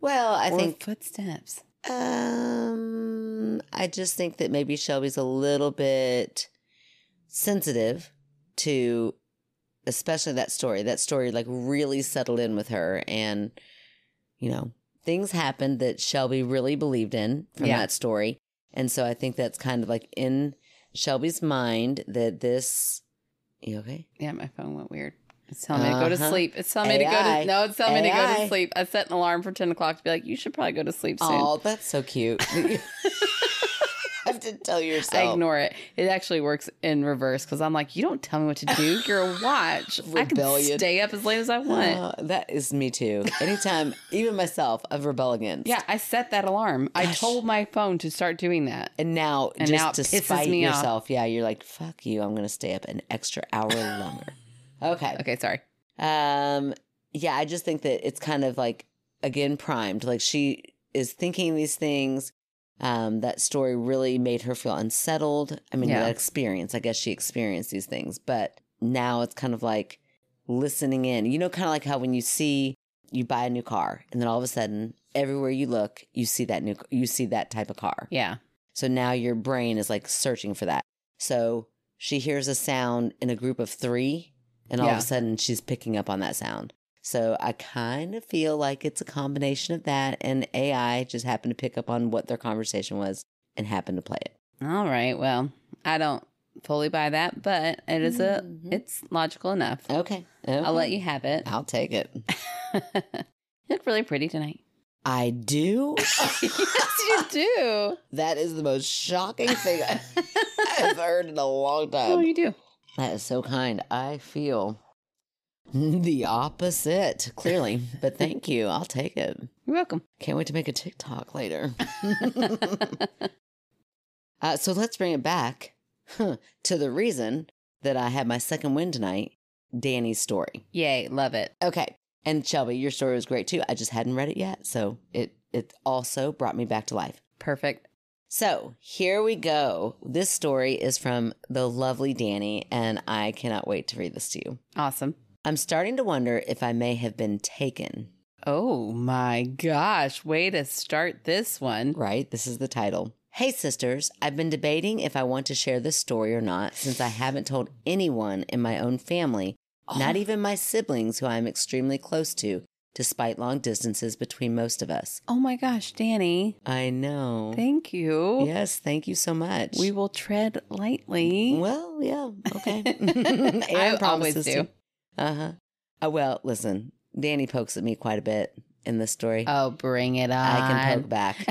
Speaker 3: Well, I
Speaker 2: Or
Speaker 3: think
Speaker 2: footsteps.
Speaker 3: Um, I just think that maybe Shelby's a little bit sensitive to, especially that story. That story like really settled in with her, and you know things happened that Shelby really believed in from
Speaker 2: Yeah.
Speaker 3: that story, and so I think that's kind of like in Shelby's mind that this. You okay?
Speaker 2: Yeah, my phone went weird. It's telling me to go to
Speaker 3: Uh-huh.
Speaker 2: sleep. It's telling me to go
Speaker 3: AI.
Speaker 2: to no. It's telling me to go to
Speaker 3: AI.
Speaker 2: sleep. I set an alarm for ten o'clock to be like, you should probably go to sleep soon.
Speaker 3: Oh, that's so cute. <laughs> I have to <laughs> tell yourself.
Speaker 2: I ignore it. It actually works in reverse because I'm like, you don't tell me what to do. You're
Speaker 3: <laughs>
Speaker 2: a watch. I can
Speaker 3: Rebellion.
Speaker 2: stay up as late as I want.
Speaker 3: Oh, that is me too. Anytime, even myself, I've rebel against.
Speaker 2: yeah, I set that alarm. I
Speaker 3: Gosh.
Speaker 2: told my phone to start doing that.
Speaker 3: And now,
Speaker 2: And
Speaker 3: just
Speaker 2: now it
Speaker 3: to
Speaker 2: pisses
Speaker 3: spite
Speaker 2: me off.
Speaker 3: yourself, yeah, you're like, fuck you. I'm going to stay up an extra
Speaker 2: <laughs>
Speaker 3: hour longer. okay.
Speaker 2: Okay, sorry.
Speaker 3: Um, yeah, I just think that it's kind of like, again, primed. Like she is thinking these things. Um, that story really made her feel unsettled. I mean,
Speaker 2: Yeah.
Speaker 3: that experience, I guess she experienced these things, but now it's kind of like listening in. You know, kind of like how when you see, you buy a new car and then all of a sudden, everywhere you look, you see that new, you see that type of car.
Speaker 2: Yeah.
Speaker 3: So now your brain is like searching for that. So she hears a sound in a group of three, and all
Speaker 2: Yeah.
Speaker 3: of a sudden she's picking up on that sound. So I kind of feel like it's a combination of that and AI just happened to pick up on what their conversation was and happened to play it.
Speaker 2: All right. Well, I don't fully buy that, but it is a
Speaker 3: Mhm.
Speaker 2: it's logical enough.
Speaker 3: Okay.
Speaker 2: I'll let you have it. <laughs>
Speaker 3: I'll take it.
Speaker 2: you look really pretty tonight. <laughs>
Speaker 3: I do.
Speaker 2: yes, you <laughs> do.
Speaker 3: that is the most shocking thing I- <laughs> I've heard in a long time.
Speaker 2: oh, you do.
Speaker 3: That is so kind. I feel the opposite, clearly. but thank you. I'll take it.
Speaker 2: You're welcome.
Speaker 3: Can't wait to make a TikTok later. <laughs> uh, so let's bring it back huh, to the reason that I had my second win tonight Danny's story.
Speaker 2: Yay, love it.
Speaker 3: Okay. And Shelby, your story was great too. I just hadn't read it yet. So it, it also brought me back to life.
Speaker 2: Perfect.
Speaker 3: So here we go. This story is from the lovely Danny, and I cannot wait to read this to you.
Speaker 2: Awesome.
Speaker 3: I'm starting to wonder if I may have been taken.
Speaker 2: Oh my gosh, way to start this one.
Speaker 3: Right? This is the title. Hey, sisters, I've been debating if I want to share this story or not since I haven't told anyone in my own family, not
Speaker 2: Oh.
Speaker 3: even my siblings who I'm extremely close to, despite long distances between most of us.
Speaker 2: Oh my gosh, Danny.
Speaker 3: I know.
Speaker 2: Thank you.
Speaker 3: Oh. yes, thank you so much.
Speaker 2: We will tread lightly.
Speaker 3: Well, yeah, okay.
Speaker 2: <laughs>
Speaker 3: <laughs>
Speaker 2: I always do.
Speaker 3: Uh huh. Uh, well, listen, Danny pokes at me quite a bit in this story.
Speaker 2: oh, bring it on.
Speaker 3: I can poke back.
Speaker 2: <laughs>
Speaker 3: <laughs>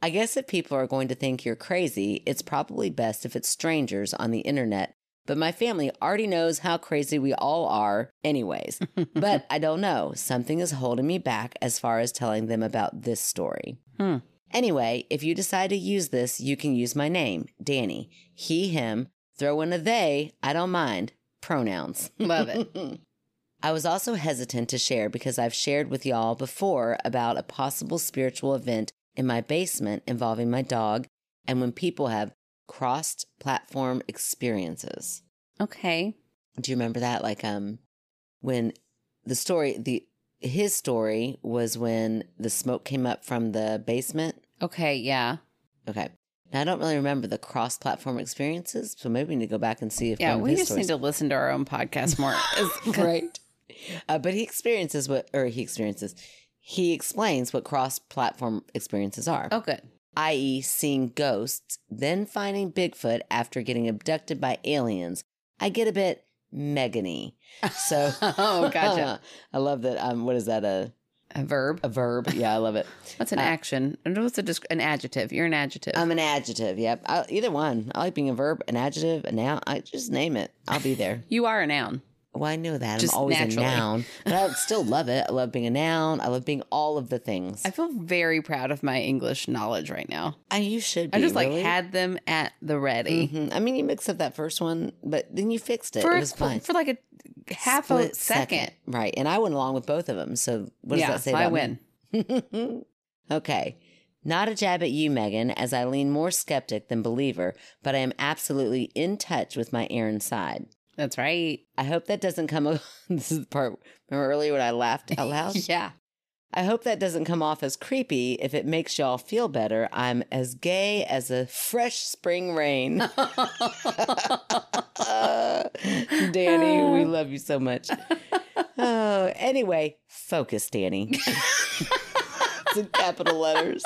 Speaker 3: I guess if people are going to think you're crazy, it's probably best if it's strangers on the internet. But my family already knows how crazy we all are, anyways. but I don't know. Something is holding me back as far as telling them about this story.
Speaker 2: Hmm.
Speaker 3: Anyway, if you decide to use this, you can use my name, Danny. He, him. Throw in a they, I don't mind. Pronouns. <laughs>
Speaker 2: Love it. <laughs>
Speaker 3: I was also hesitant to share because I've shared with y'all before about a possible spiritual event in my basement involving my dog and when people have crossed platform experiences.
Speaker 2: Okay.
Speaker 3: Do you remember that? Like um when the story the his story was when the smoke came up from the basement.
Speaker 2: Okay. Yeah.
Speaker 3: Okay. And I don't really remember the cross platform experiences, so maybe we need to go back and see if
Speaker 2: Yeah,
Speaker 3: one of
Speaker 2: we
Speaker 3: his
Speaker 2: just need
Speaker 3: stories-
Speaker 2: to listen to our own podcast more.
Speaker 3: <laughs>
Speaker 2: It's-
Speaker 3: right. Uh, but he experiences what, or he experiences, he explains what cross platform experiences are,
Speaker 2: Oh,
Speaker 3: <laughs>
Speaker 2: good.
Speaker 3: i.e., seeing ghosts, then finding Bigfoot after getting abducted by aliens. I get a bit Megany. So,
Speaker 2: <laughs> oh, gotcha.
Speaker 3: <laughs> I love that. Um, what is that? A,
Speaker 2: A verb.
Speaker 3: a verb? Yeah, I love it.
Speaker 2: What's an
Speaker 3: Uh,
Speaker 2: action? And What's a desc- an adjective? You're an adjective.
Speaker 3: I'm an adjective. Yep. I, either one. I like being a verb, an adjective, a noun. I just name it. I'll be there.
Speaker 2: you are a noun.
Speaker 3: Well, I know that.
Speaker 2: Just
Speaker 3: I'm always
Speaker 2: naturally.
Speaker 3: a noun, but I still love it. I love being a noun. I love being all of the things.
Speaker 2: I feel very proud of my English knowledge right now.
Speaker 3: I, you should. Be,
Speaker 2: I just like
Speaker 3: really.
Speaker 2: had them at the ready
Speaker 3: Mhm. I mean, you mixed up that first one, but then you fixed it.
Speaker 2: for
Speaker 3: it
Speaker 2: a
Speaker 3: was
Speaker 2: qu-
Speaker 3: fine.
Speaker 2: for like a half a
Speaker 3: Split
Speaker 2: second.
Speaker 3: right? And I went along with both of them. So what does
Speaker 2: yeah,
Speaker 3: that say?
Speaker 2: I
Speaker 3: about me?
Speaker 2: win.
Speaker 3: <laughs> okay. Not a jab at you, Megan, as I lean more skeptic than believer, but I am absolutely in touch with my Aaron side.
Speaker 2: That's right.
Speaker 3: I hope that doesn't come. o- <laughs> this is the part. Remember earlier when I laughed
Speaker 2: <laughs>
Speaker 3: out loud?
Speaker 2: Yeah.
Speaker 3: I hope that doesn't come off as creepy. If it makes y'all feel better, I'm as gay as a fresh spring rain. Uh, <laughs> Danny, we love you so much. Oh, anyway, focus, Danny. it's in capital letters.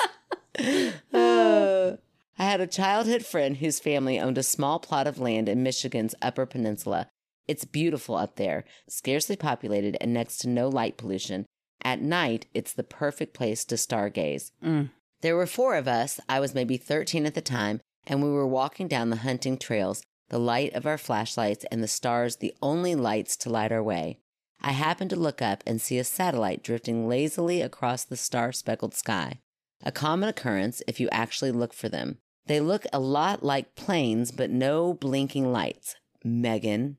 Speaker 3: Uh, I had a childhood friend whose family owned a small plot of land in Michigan's Upper Peninsula. It's beautiful up there, scarcely populated and next to no light pollution. At night, it's the perfect place to stargaze.
Speaker 2: Mm.
Speaker 3: There were four of us. I was maybe 13 at the time, and we were walking down the hunting trails, the light of our flashlights and the stars the only lights to light our way. I happened to look up and see a satellite drifting lazily across the star speckled sky. A common occurrence if you actually look for them. They look a lot like planes, but no blinking lights. Megan.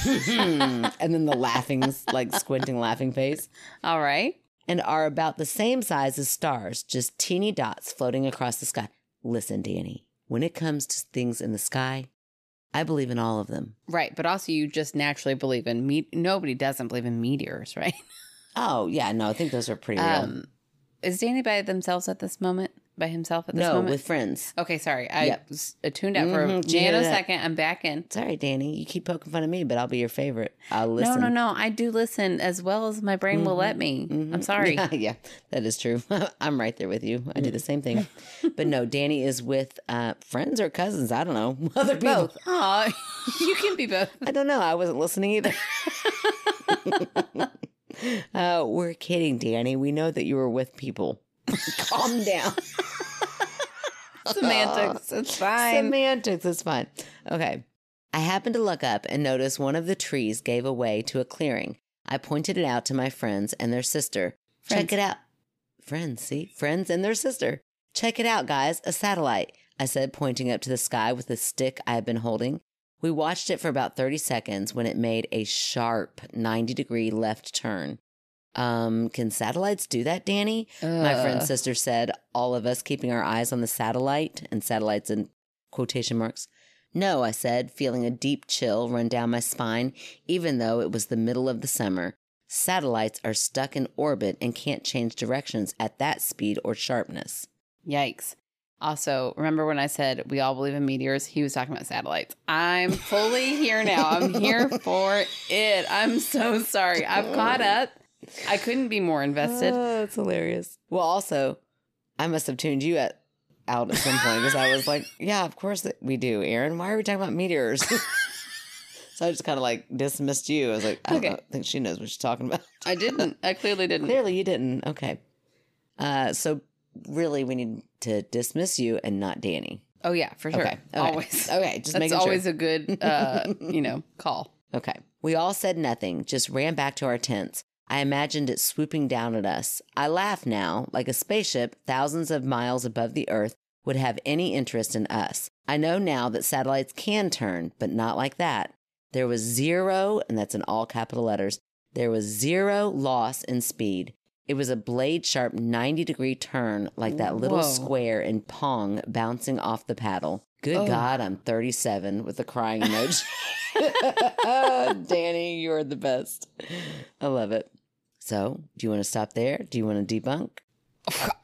Speaker 3: Hmm. and then the laughing, like squinting laughing face
Speaker 2: All right.
Speaker 3: and are about the same size as stars, just teeny dots floating across the sky. Listen, Danny, when it comes to things in the sky, I believe in all of them.
Speaker 2: Right. But also, you just naturally believe in me. Nobody doesn't believe in meteors, right?
Speaker 3: Oh, yeah, no, I think those are pretty real.
Speaker 2: Um, is Danny by themselves at this moment? By himself at this
Speaker 3: No,
Speaker 2: moment?
Speaker 3: with friends.
Speaker 2: okay, sorry. I
Speaker 3: Yep.
Speaker 2: was tuned out for a
Speaker 3: Mhm, she did that.
Speaker 2: nanosecond. I'm back in.
Speaker 3: Sorry, Danny, you keep poking fun at me, but I'll be your favorite. I'll Uh, listen.
Speaker 2: No, no, no. I do listen as well as my brain will let me. I'm
Speaker 3: Mhm.
Speaker 2: sorry. <laughs>
Speaker 3: <laughs> Yeah, that is true. <laughs> I'm right there with you. I do the same <laughs> thing. but no, Danny is with uh, friends or cousins. I don't know. <laughs> Other people.
Speaker 2: both. <laughs> Aw, you can be <laughs> both.
Speaker 3: I don't know. I wasn't listening either. uh, we're kidding, Danny. We know that you were with people. <laughs> Calm down.
Speaker 2: Semantics. It's fine.
Speaker 3: Semantics is fine. Okay. I happened to look up and notice one of the trees gave away to a clearing. I pointed it out to my friends and their sister. Check
Speaker 2: Friends.
Speaker 3: it out. Friends, see? Friends and their sister. Check it out, guys. A satellite. I said, pointing up to the sky with the stick I had been holding. We watched it for about 30 seconds when it made a sharp 90 degree left turn. Um, can satellites do that, Danny? my friend's sister said, all of us keeping our eyes on the satellite, and satellites in quotation marks. No, I said, feeling a deep chill run down my spine, even though it was the middle of the summer. Satellites are stuck in orbit and can't change directions at that speed or sharpness.
Speaker 2: Yikes. Also, remember when I said we all believe in meteors? He was talking about satellites. I'm fully here now. I'm
Speaker 3: <laughs>
Speaker 2: here for it. I'm so sorry. I've caught up. I couldn't be more invested.
Speaker 3: Oh, that's hilarious. Well, also, I must have tuned you at, out at some point because I was like, <laughs> yeah, of course that we do, Aaron. Why are we talking about meteors? <laughs> so I just kind of like dismissed you. I was like, I don't
Speaker 2: Okay.
Speaker 3: know, I think she knows what she's talking about.
Speaker 2: I didn't. I clearly didn't.
Speaker 3: Clearly, you didn't. Okay. Uh, so really, we need to dismiss you and not Danny.
Speaker 2: Oh, yeah, for sure.
Speaker 3: Okay. okay.
Speaker 2: Always.
Speaker 3: Okay. Just
Speaker 2: That's
Speaker 3: making
Speaker 2: always
Speaker 3: sure.
Speaker 2: a good, uh, you
Speaker 3: <laughs>
Speaker 2: know, call.
Speaker 3: Okay. We all said nothing, just ran back to our tents. I imagined it swooping down at us. I laugh now, like a spaceship thousands of miles above the earth would have any interest in us. I know now that satellites can turn, but not like that. There was zero, and that's in all capital letters, there was zero loss in speed. It was a blade sharp 90 degree turn, like that little
Speaker 2: Whoa.
Speaker 3: square in Pong bouncing off the paddle. Good
Speaker 2: Oh.
Speaker 3: God, I'm 37 with a crying emoji.
Speaker 2: <laughs>
Speaker 3: <laughs> Danny, you are the best. I love it. So, do you want to stop there? Do you want to debunk?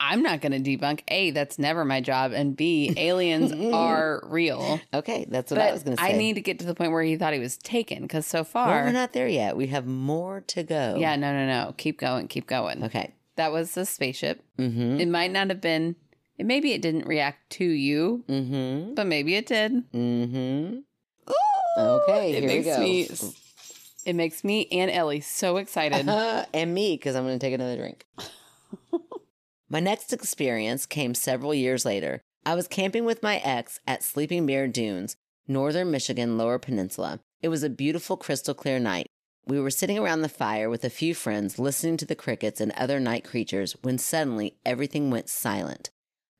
Speaker 2: I'm not going to debunk. A, that's never my job. And B,
Speaker 3: <laughs>
Speaker 2: aliens are real.
Speaker 3: Okay, that's what
Speaker 2: but
Speaker 3: I was going to say.
Speaker 2: I need to get to the point where he thought he was taken because so
Speaker 3: Well,
Speaker 2: far.
Speaker 3: we're not there yet. We have more to go.
Speaker 2: yeah, no, no, no. Keep going. Keep going.
Speaker 3: Okay.
Speaker 2: That was the spaceship.
Speaker 3: Mm-hmm.
Speaker 2: It might not have been. It, maybe it didn't react to you,
Speaker 3: Mm-hmm.
Speaker 2: but maybe it did.
Speaker 3: Mm-hmm. Okay,
Speaker 2: it
Speaker 3: here
Speaker 2: makes
Speaker 3: we
Speaker 2: me.
Speaker 3: go.
Speaker 2: It makes me and Ellie so excited.
Speaker 3: Uh-huh, <laughs> and me, because I'm going to take another drink. <laughs> my next experience came several years later. I was camping with my ex at Sleeping Bear Dunes, northern Michigan, lower peninsula. It was a beautiful, crystal clear night. We were sitting around the fire with a few friends listening to the crickets and other night creatures when suddenly everything went silent.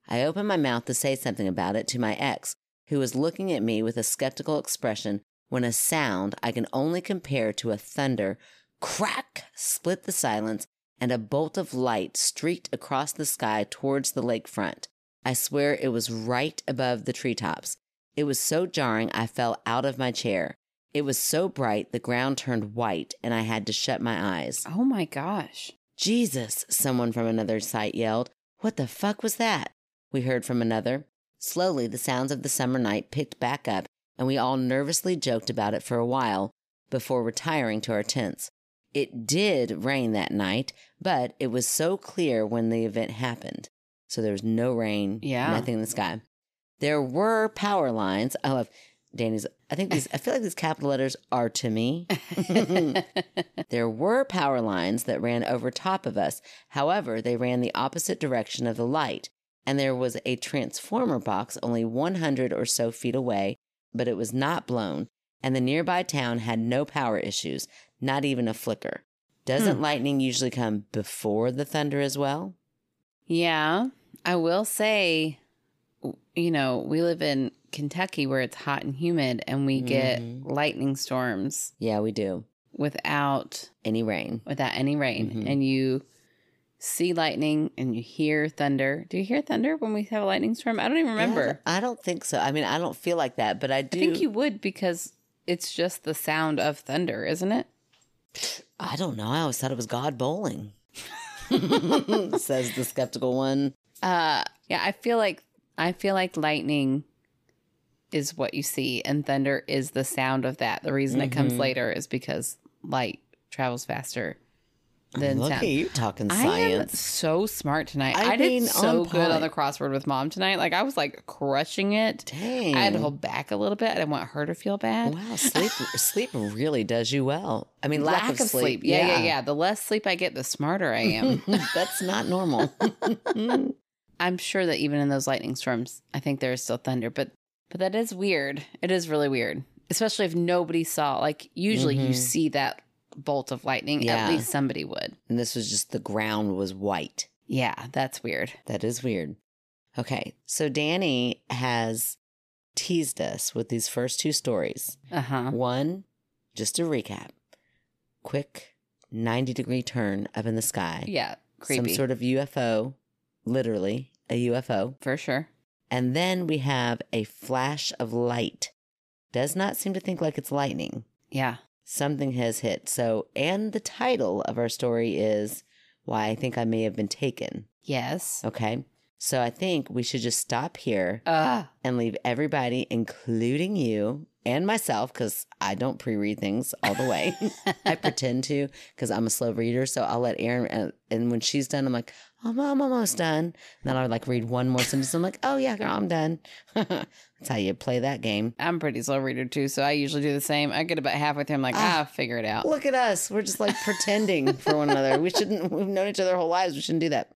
Speaker 3: I opened my mouth to say something about it to my ex, who was looking at me with a skeptical expression when a sound I can only compare to a thunder crack split the silence and a bolt of light streaked across the sky towards the lakefront. I swear it was right above the treetops. It was so jarring I fell out of my chair. It was so bright the ground turned white and I had to shut my eyes.
Speaker 2: Oh my
Speaker 3: <laughs>
Speaker 2: gosh. <laughs>
Speaker 3: Jesus, someone from another site yelled. What the fuck was that? We heard from another. Slowly, the sounds of the summer night picked back up, and we all nervously joked about it for a while before retiring to our tents. It did rain that night, but it was so clear when the event happened. So there was no rain,
Speaker 2: Yeah.
Speaker 3: nothing in the sky. There were power lines. I love Danny's. I think these, I feel like these capital letters are to me. There were power lines that ran over top of us. However, they ran the opposite direction of the light, and there was a transformer box only 100 or so feet away, but it was not blown, and the nearby town had no power issues, not even a flicker. Doesn't
Speaker 2: Hmm.
Speaker 3: lightning usually come before the thunder as well?
Speaker 2: Yeah, I will say, w- you know, we live in Kentucky where it's hot and humid, and we get
Speaker 3: Mhm.
Speaker 2: lightning storms
Speaker 3: Yeah, we do.
Speaker 2: without
Speaker 3: Any rain.
Speaker 2: without any rain,
Speaker 3: Mhm.
Speaker 2: and you see lightning and you hear thunder. Do you hear thunder when we have a lightning storm? I don't even remember.
Speaker 3: Yeah, I don't think so. I mean, I don't feel like that, but I do.
Speaker 2: I think you would because it's just the sound of thunder, isn't it?
Speaker 3: I don't know. I always thought it was
Speaker 2: <laughs>
Speaker 3: God bowling. <laughs> Says the skeptical one.
Speaker 2: Uh, yeah, I feel like I feel like lightning is what you see, and thunder is the sound of that. The reason it comes
Speaker 3: Mhm.
Speaker 2: later is because light travels faster than
Speaker 3: Look at
Speaker 2: sound.
Speaker 3: you talking
Speaker 2: I am
Speaker 3: science.
Speaker 2: so smart tonight.
Speaker 3: I
Speaker 2: I,
Speaker 3: mean,
Speaker 2: did so
Speaker 3: on
Speaker 2: good
Speaker 3: point.
Speaker 2: on the crossword with mom tonight. Like I was like crushing it.
Speaker 3: Dang.
Speaker 2: I had to hold back a little bit. I didn't want her to feel bad. <laughs>
Speaker 3: wow, sleep sleep really does you well. I mean, lack,
Speaker 2: Lack, of, sleep. Yeah, yeah, yeah. The less sleep I get, the smarter I
Speaker 3: <laughs>
Speaker 2: am. <laughs>
Speaker 3: That's not normal.
Speaker 2: I'm sure that even in those lightning storms, I think there is still thunder, but but that is weird. It is really weird, especially if nobody saw. Like usually you
Speaker 3: Mhm.
Speaker 2: see that bolt of lightning,
Speaker 3: Yeah.
Speaker 2: at least somebody would.
Speaker 3: and this was just the ground was white.
Speaker 2: Yeah, that's weird.
Speaker 3: That is weird. Okay, so Danny has teased us with these first two stories.
Speaker 2: Uh-huh.
Speaker 3: One, just a recap, quick ninety degree turn up in the sky.
Speaker 2: Yeah, creepy.
Speaker 3: Some sort of UFO, literally a UFO.
Speaker 2: for sure.
Speaker 3: And then we have a flash of light. Does not seem to think like it's lightning.
Speaker 2: Yeah.
Speaker 3: Something has hit. So, and the title of our story is Why I Think I May Have Been Taken.
Speaker 2: Yes.
Speaker 3: Okay. So, I think we should just stop here
Speaker 2: Uh
Speaker 3: and leave everybody, including you and myself, because I don't pre read things all
Speaker 2: <laughs>
Speaker 3: the way. <laughs> I pretend to because I'm a slow reader. So I'll let Erin, and, and when she's done, I'm like, oh, Mom, I'm almost done. And then I'll like read one more sentence. I'm like, oh, yeah, girl, I'm done. <laughs> That's how you play that game.
Speaker 2: <laughs> I'm a pretty slow reader too, so I usually do the same. I get about halfway through, I'm like, ah, figure it out.
Speaker 3: Look at us. We're just like pretending for one another. We shouldn't, we've known each other our whole lives. We shouldn't do that.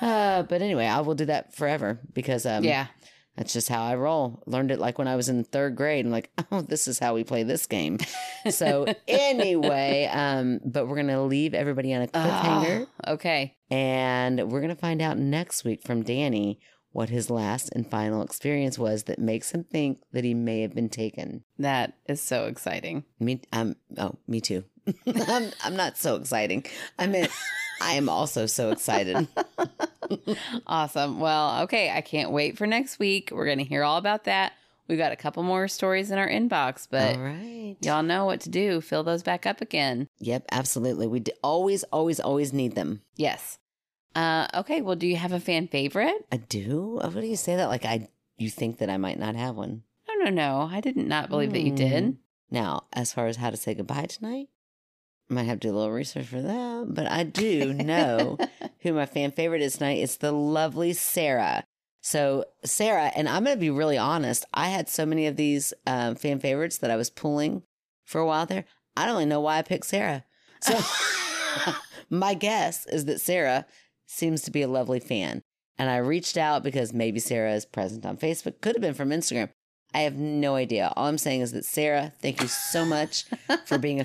Speaker 3: Uh, but anyway, I will do that forever because um,
Speaker 2: yeah.
Speaker 3: that's just how I roll. Learned it like when I was in third grade. I'm like, <laughs> oh, this is how we play this game.
Speaker 2: <laughs>
Speaker 3: So anyway, um, but we're gonna leave everybody on a cliffhanger.
Speaker 2: Ah, okay.
Speaker 3: And we're going to find out next week from Danny what his last and final experience was that makes him think that he may have been taken.
Speaker 2: That is so exciting.
Speaker 3: Me, um, oh, me too. <laughs> I'm, I'm not so exciting. I mean, I am also
Speaker 2: <laughs>
Speaker 3: so excited.
Speaker 2: Awesome. Well, okay. I can't wait for next week. We're going to hear all about that. We've got a couple more stories in our inbox, but
Speaker 3: All right.
Speaker 2: y'all know what to do. Fill those back up again.
Speaker 3: Yep, absolutely. We d- always, always, always need them.
Speaker 2: Yes. Uh, okay. Well, do you have a fan favorite?
Speaker 3: I do. Oh, What do you say that? Like I, you think that I might not have one. Hmm.
Speaker 2: No, no, no. I did not believe that you did.
Speaker 3: Now, as far as how to say goodbye tonight, might have to do a little research for that. But
Speaker 2: <laughs>
Speaker 3: I do Hmm, know who my fan favorite is tonight. It's the lovely Sarah. So Sarah, and I'm going to be really honest. I had so many of these um, fan favorites that I was pulling for a while there. I don't really know why I picked Sarah. So my guess is that Sarah seems to be a lovely fan. And I reached out because maybe Sarah is present on Facebook. Could have been from Instagram. I have no idea. All I'm saying is that Sarah, thank you so much for being a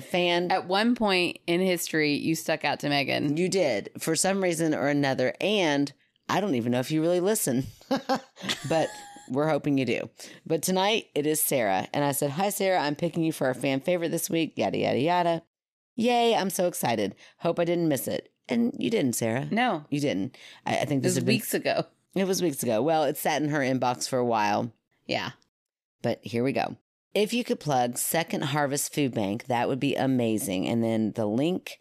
Speaker 2: <laughs>
Speaker 3: fan.
Speaker 2: At one point in history, you stuck out to Megan.
Speaker 3: You did for some reason or another. And I don't even know if you really listen, <laughs> but we're hoping you do. But tonight it is Sarah. And I said, Hi, Sarah. I'm picking you for our fan favorite this week. Yada, yada, yada. Yay. I'm so excited. Hope I didn't miss it. And you didn't, Sarah.
Speaker 2: No,
Speaker 3: You didn't. I, I think
Speaker 2: this was
Speaker 3: this had been-
Speaker 2: weeks ago.
Speaker 3: it was weeks ago. Well, it sat in her inbox for a while.
Speaker 2: Yeah.
Speaker 3: But here we go. If you could plug Second Harvest Food Bank, that would be amazing. And then the link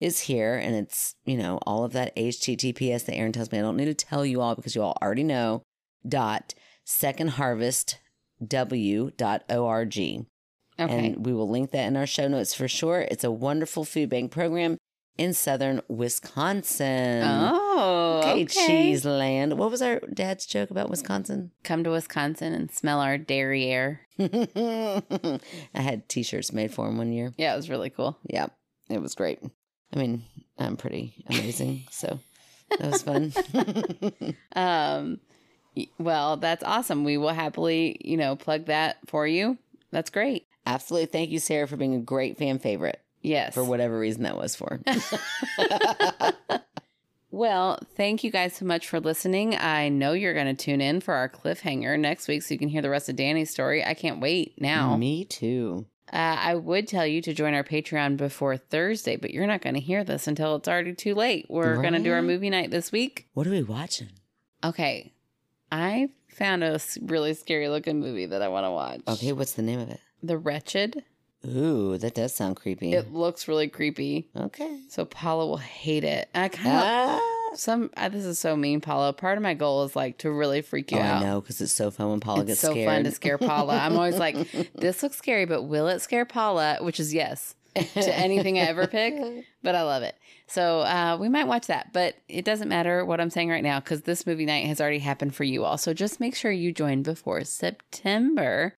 Speaker 3: is here, and it's, you know, all of that HTTPS that Aaron tells me. I don't need to tell you all because you all already know. Dot secondharvestw.org.
Speaker 2: Okay.
Speaker 3: And we will link that in our show notes for sure. It's a wonderful food bank program in southern Wisconsin.
Speaker 2: oh,
Speaker 3: um, okay,
Speaker 2: okay.
Speaker 3: cheese land. What was our dad's joke about Wisconsin?
Speaker 2: Come to Wisconsin and smell our dairy air.
Speaker 3: <laughs> I had t-shirts made for him one year.
Speaker 2: Yeah, it was really cool.
Speaker 3: Yeah, it was great. I mean, I'm pretty amazing, so that
Speaker 2: <laughs>
Speaker 3: was fun.
Speaker 2: Um, y- well, that's awesome. We will happily, you know, plug that for you. That's great.
Speaker 3: Absolutely, thank you, Sarah, for being a great fan favorite
Speaker 2: Yes.
Speaker 3: for whatever reason that was for.
Speaker 2: Well, thank you guys so much for listening. I know you're going to tune in for our cliffhanger next week so you can hear the rest of Danny's story. I can't wait <laughs> now.
Speaker 3: <laughs> Me too.
Speaker 2: Uh, I would tell you to join our Patreon before Thursday, but you're not going to hear this until it's already too late. We're going to do our
Speaker 3: Right.
Speaker 2: movie night this week.
Speaker 3: What are we watching?
Speaker 2: Okay. I found a s- really scary looking movie that I want to watch.
Speaker 3: Okay, what's the name of it?
Speaker 2: The Wretched.
Speaker 3: Ooh, that does sound creepy.
Speaker 2: It looks really creepy.
Speaker 3: okay.
Speaker 2: So Paula will hate it. I kind of. <laughs>
Speaker 3: Ah,
Speaker 2: some uh, this is so mean, Paula. Part of my goal is like to really freak you
Speaker 3: oh,
Speaker 2: out.
Speaker 3: I know because it's so fun when Paula
Speaker 2: it's
Speaker 3: gets
Speaker 2: so
Speaker 3: scared.
Speaker 2: fun to scare Paula. I'm always
Speaker 3: <laughs>
Speaker 2: like, this looks scary, but will it scare Paula? Which is yes to anything I ever pick, but I love it. So uh, we might watch that, but it doesn't matter what I'm saying right now because this movie night has already happened for you all. So just make sure you join before September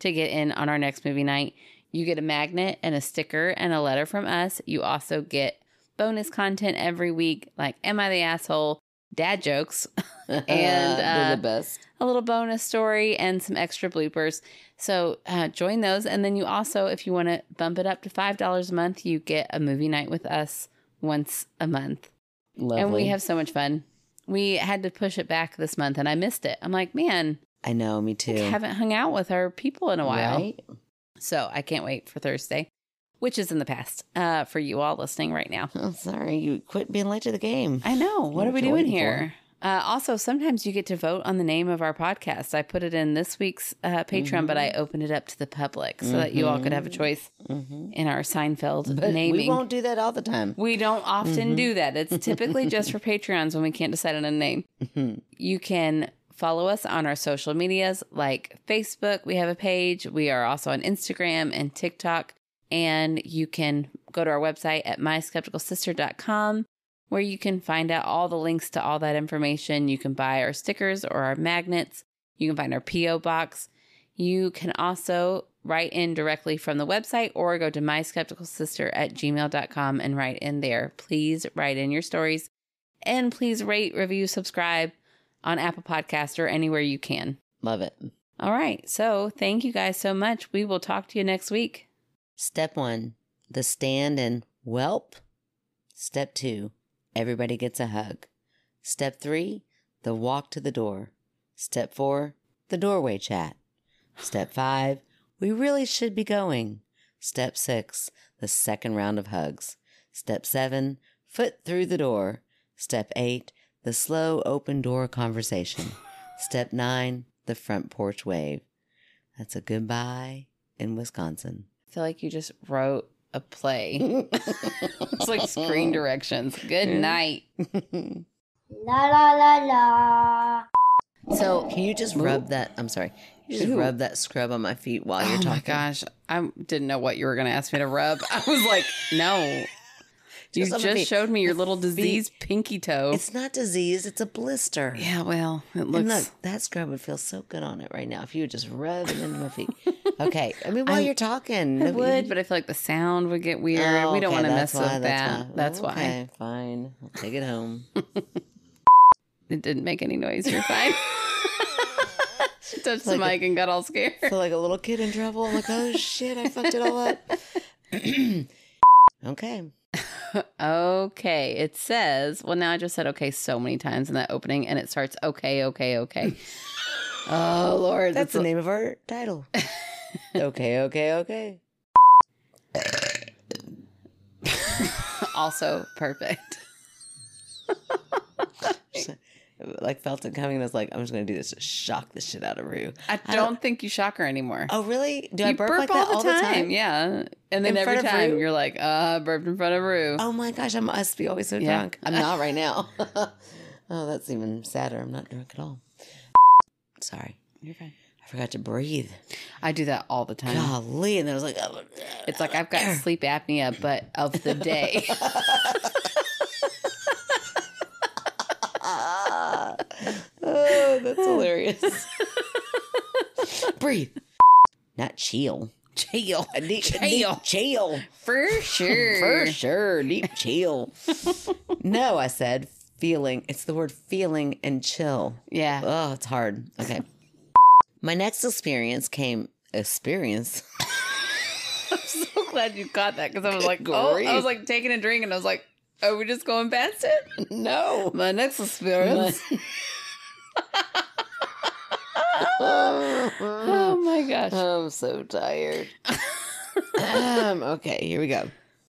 Speaker 2: to get in on our next movie night. You get a magnet and a sticker and a letter from us. You also get bonus content every week, like Am I the Asshole? Dad jokes, And,
Speaker 3: <laughs> They're
Speaker 2: uh,
Speaker 3: the best.
Speaker 2: a little bonus story and some extra bloopers. So uh, join those. And then you also, if you want to bump it up to $5 a month, you get a movie night with us once a month.
Speaker 3: Lovely.
Speaker 2: And we have so much fun. We had to push it back this month and I missed it. I'm like, man,
Speaker 3: I know. Me too.
Speaker 2: I haven't hung out with our people in a while.
Speaker 3: Right?
Speaker 2: So I can't wait for Thursday, which is in the past uh, for you all listening right now.
Speaker 3: Oh, sorry, you quit being late to the game.
Speaker 2: I know. What
Speaker 3: know
Speaker 2: are
Speaker 3: what
Speaker 2: we
Speaker 3: you're
Speaker 2: doing
Speaker 3: waiting for.
Speaker 2: here? Uh, also, sometimes you get to vote on the name of our podcast. I put it in this week's uh, Patreon, but
Speaker 3: Mm-hmm.
Speaker 2: I opened it up to the public so that you all could have a choice
Speaker 3: Mhm.
Speaker 2: in our Seinfeld
Speaker 3: But
Speaker 2: Mm-hmm. naming.
Speaker 3: we won't Mm-hmm. do that all
Speaker 2: <laughs>
Speaker 3: the time.
Speaker 2: We don't often do that. It's typically just
Speaker 3: <laughs>
Speaker 2: for Patreons when we can't decide on a name. You can follow us on our social medias like Facebook. We have a page. We are also on Instagram and TikTok. And you can go to our website at myskepticalsister.com where you can find out all the links to all that information. You can buy our stickers or our magnets. You can find our P.O. box. You can also write in directly from the website or go to myskepticalsister at gmail.com and write in there. Please write in your stories and please rate, review, subscribe on Apple Podcast or anywhere you can.
Speaker 3: Love it.
Speaker 2: All right. So thank you guys so much. We will talk to you next week.
Speaker 3: Step one, the stand and whelp. Step two, everybody gets a hug. Step three, the walk to the door. Step four, the doorway chat. Step five, we really should be going. Step six, the second round of hugs. Step seven, foot through the door. Step eight, the slow open door conversation. Step nine, the front porch wave. That's a goodbye in Wisconsin.
Speaker 2: I feel like you just wrote a <laughs>
Speaker 3: <laughs>
Speaker 2: play. it's like screen directions. Good night.
Speaker 1: La la la la.
Speaker 2: So
Speaker 3: Can you just rub that? I'm sorry. Can You just
Speaker 2: Ooh.
Speaker 3: rub that scrub on my feet while you're
Speaker 2: oh my
Speaker 3: talking.
Speaker 2: gosh, I didn't know what you were going to ask me to rub. I was like, <laughs> no. You
Speaker 3: Just on
Speaker 2: just,
Speaker 3: my feet.
Speaker 2: showed me your little diseased pinky toe.
Speaker 3: It's not disease. It's a blister.
Speaker 2: yeah, well, it
Speaker 3: And
Speaker 2: looks.
Speaker 3: look, that scrub would feel so good on it right now if you would just rub it into
Speaker 2: <laughs>
Speaker 3: my feet. Okay. I mean, while
Speaker 2: I-
Speaker 3: you're talking,
Speaker 2: I
Speaker 3: nobody-
Speaker 2: would, but I feel like the sound would get weird.
Speaker 3: Oh,
Speaker 2: we don't
Speaker 3: okay,
Speaker 2: want to mess
Speaker 3: that's
Speaker 2: with
Speaker 3: why,
Speaker 2: that. That's why.
Speaker 3: Okay, fine. I'll take
Speaker 2: <laughs>
Speaker 3: it home.
Speaker 2: It didn't make any noise. You're
Speaker 3: <laughs>
Speaker 2: fine. she touched the
Speaker 3: Like a-
Speaker 2: mic and got all scared.
Speaker 3: feel like a little kid in trouble. I'm like, oh shit, I fucked it all up.
Speaker 2: <laughs>
Speaker 3: <clears throat> okay.
Speaker 2: okay. It says, well, now I just said okay so many times in that opening, and it starts okay, okay,
Speaker 3: <laughs>
Speaker 2: okay. oh, Lord.
Speaker 3: That's
Speaker 2: a-
Speaker 3: the name of our title. <laughs> okay, okay, okay.
Speaker 2: also perfect.
Speaker 3: Like felt it coming and I was like, I'm just gonna do this to shock the shit out of Rue.
Speaker 2: I
Speaker 3: I
Speaker 2: don't
Speaker 3: don't-
Speaker 2: think you shock her anymore.
Speaker 3: Oh really? Do
Speaker 2: you
Speaker 3: I burp, like that all the time?
Speaker 2: Yeah. And then
Speaker 3: In
Speaker 2: every
Speaker 3: front of
Speaker 2: time
Speaker 3: Rue?
Speaker 2: you're like, uh, I burped in front of Rue.
Speaker 3: Oh my gosh, I must be always so
Speaker 2: Yeah.
Speaker 3: <laughs> drunk. I'm not right now. oh, that's even sadder. I'm not drunk at all. Sorry.
Speaker 2: You're fine.
Speaker 3: I forgot to breathe.
Speaker 2: I do that all the time.
Speaker 3: Golly. And then I was like, "Oh,
Speaker 2: It's like I've got sleep apnea, but of the
Speaker 3: <laughs>
Speaker 2: day.
Speaker 3: Ah.
Speaker 2: <laughs>
Speaker 3: oh, that's hilarious. <laughs> Breathe. Not chill.
Speaker 2: Chill.
Speaker 3: A deep, a deep
Speaker 2: Chill.
Speaker 3: chill.
Speaker 2: <laughs> For sure.
Speaker 3: For sure. Deep
Speaker 2: <laughs>
Speaker 3: chill. no, I said feeling. It's the word feeling and chill.
Speaker 2: Yeah.
Speaker 3: Oh, it's hard. Okay. My next experience came experience.
Speaker 2: so glad you caught that because I was like,
Speaker 3: Good
Speaker 2: oh,
Speaker 3: grief.
Speaker 2: I was like taking a drink and I was like, are we just going past it?
Speaker 3: <laughs> No.
Speaker 2: My next experience.
Speaker 3: <laughs>
Speaker 2: oh my gosh. Oh <laughs>
Speaker 3: I'm so tired. um, okay, here we go.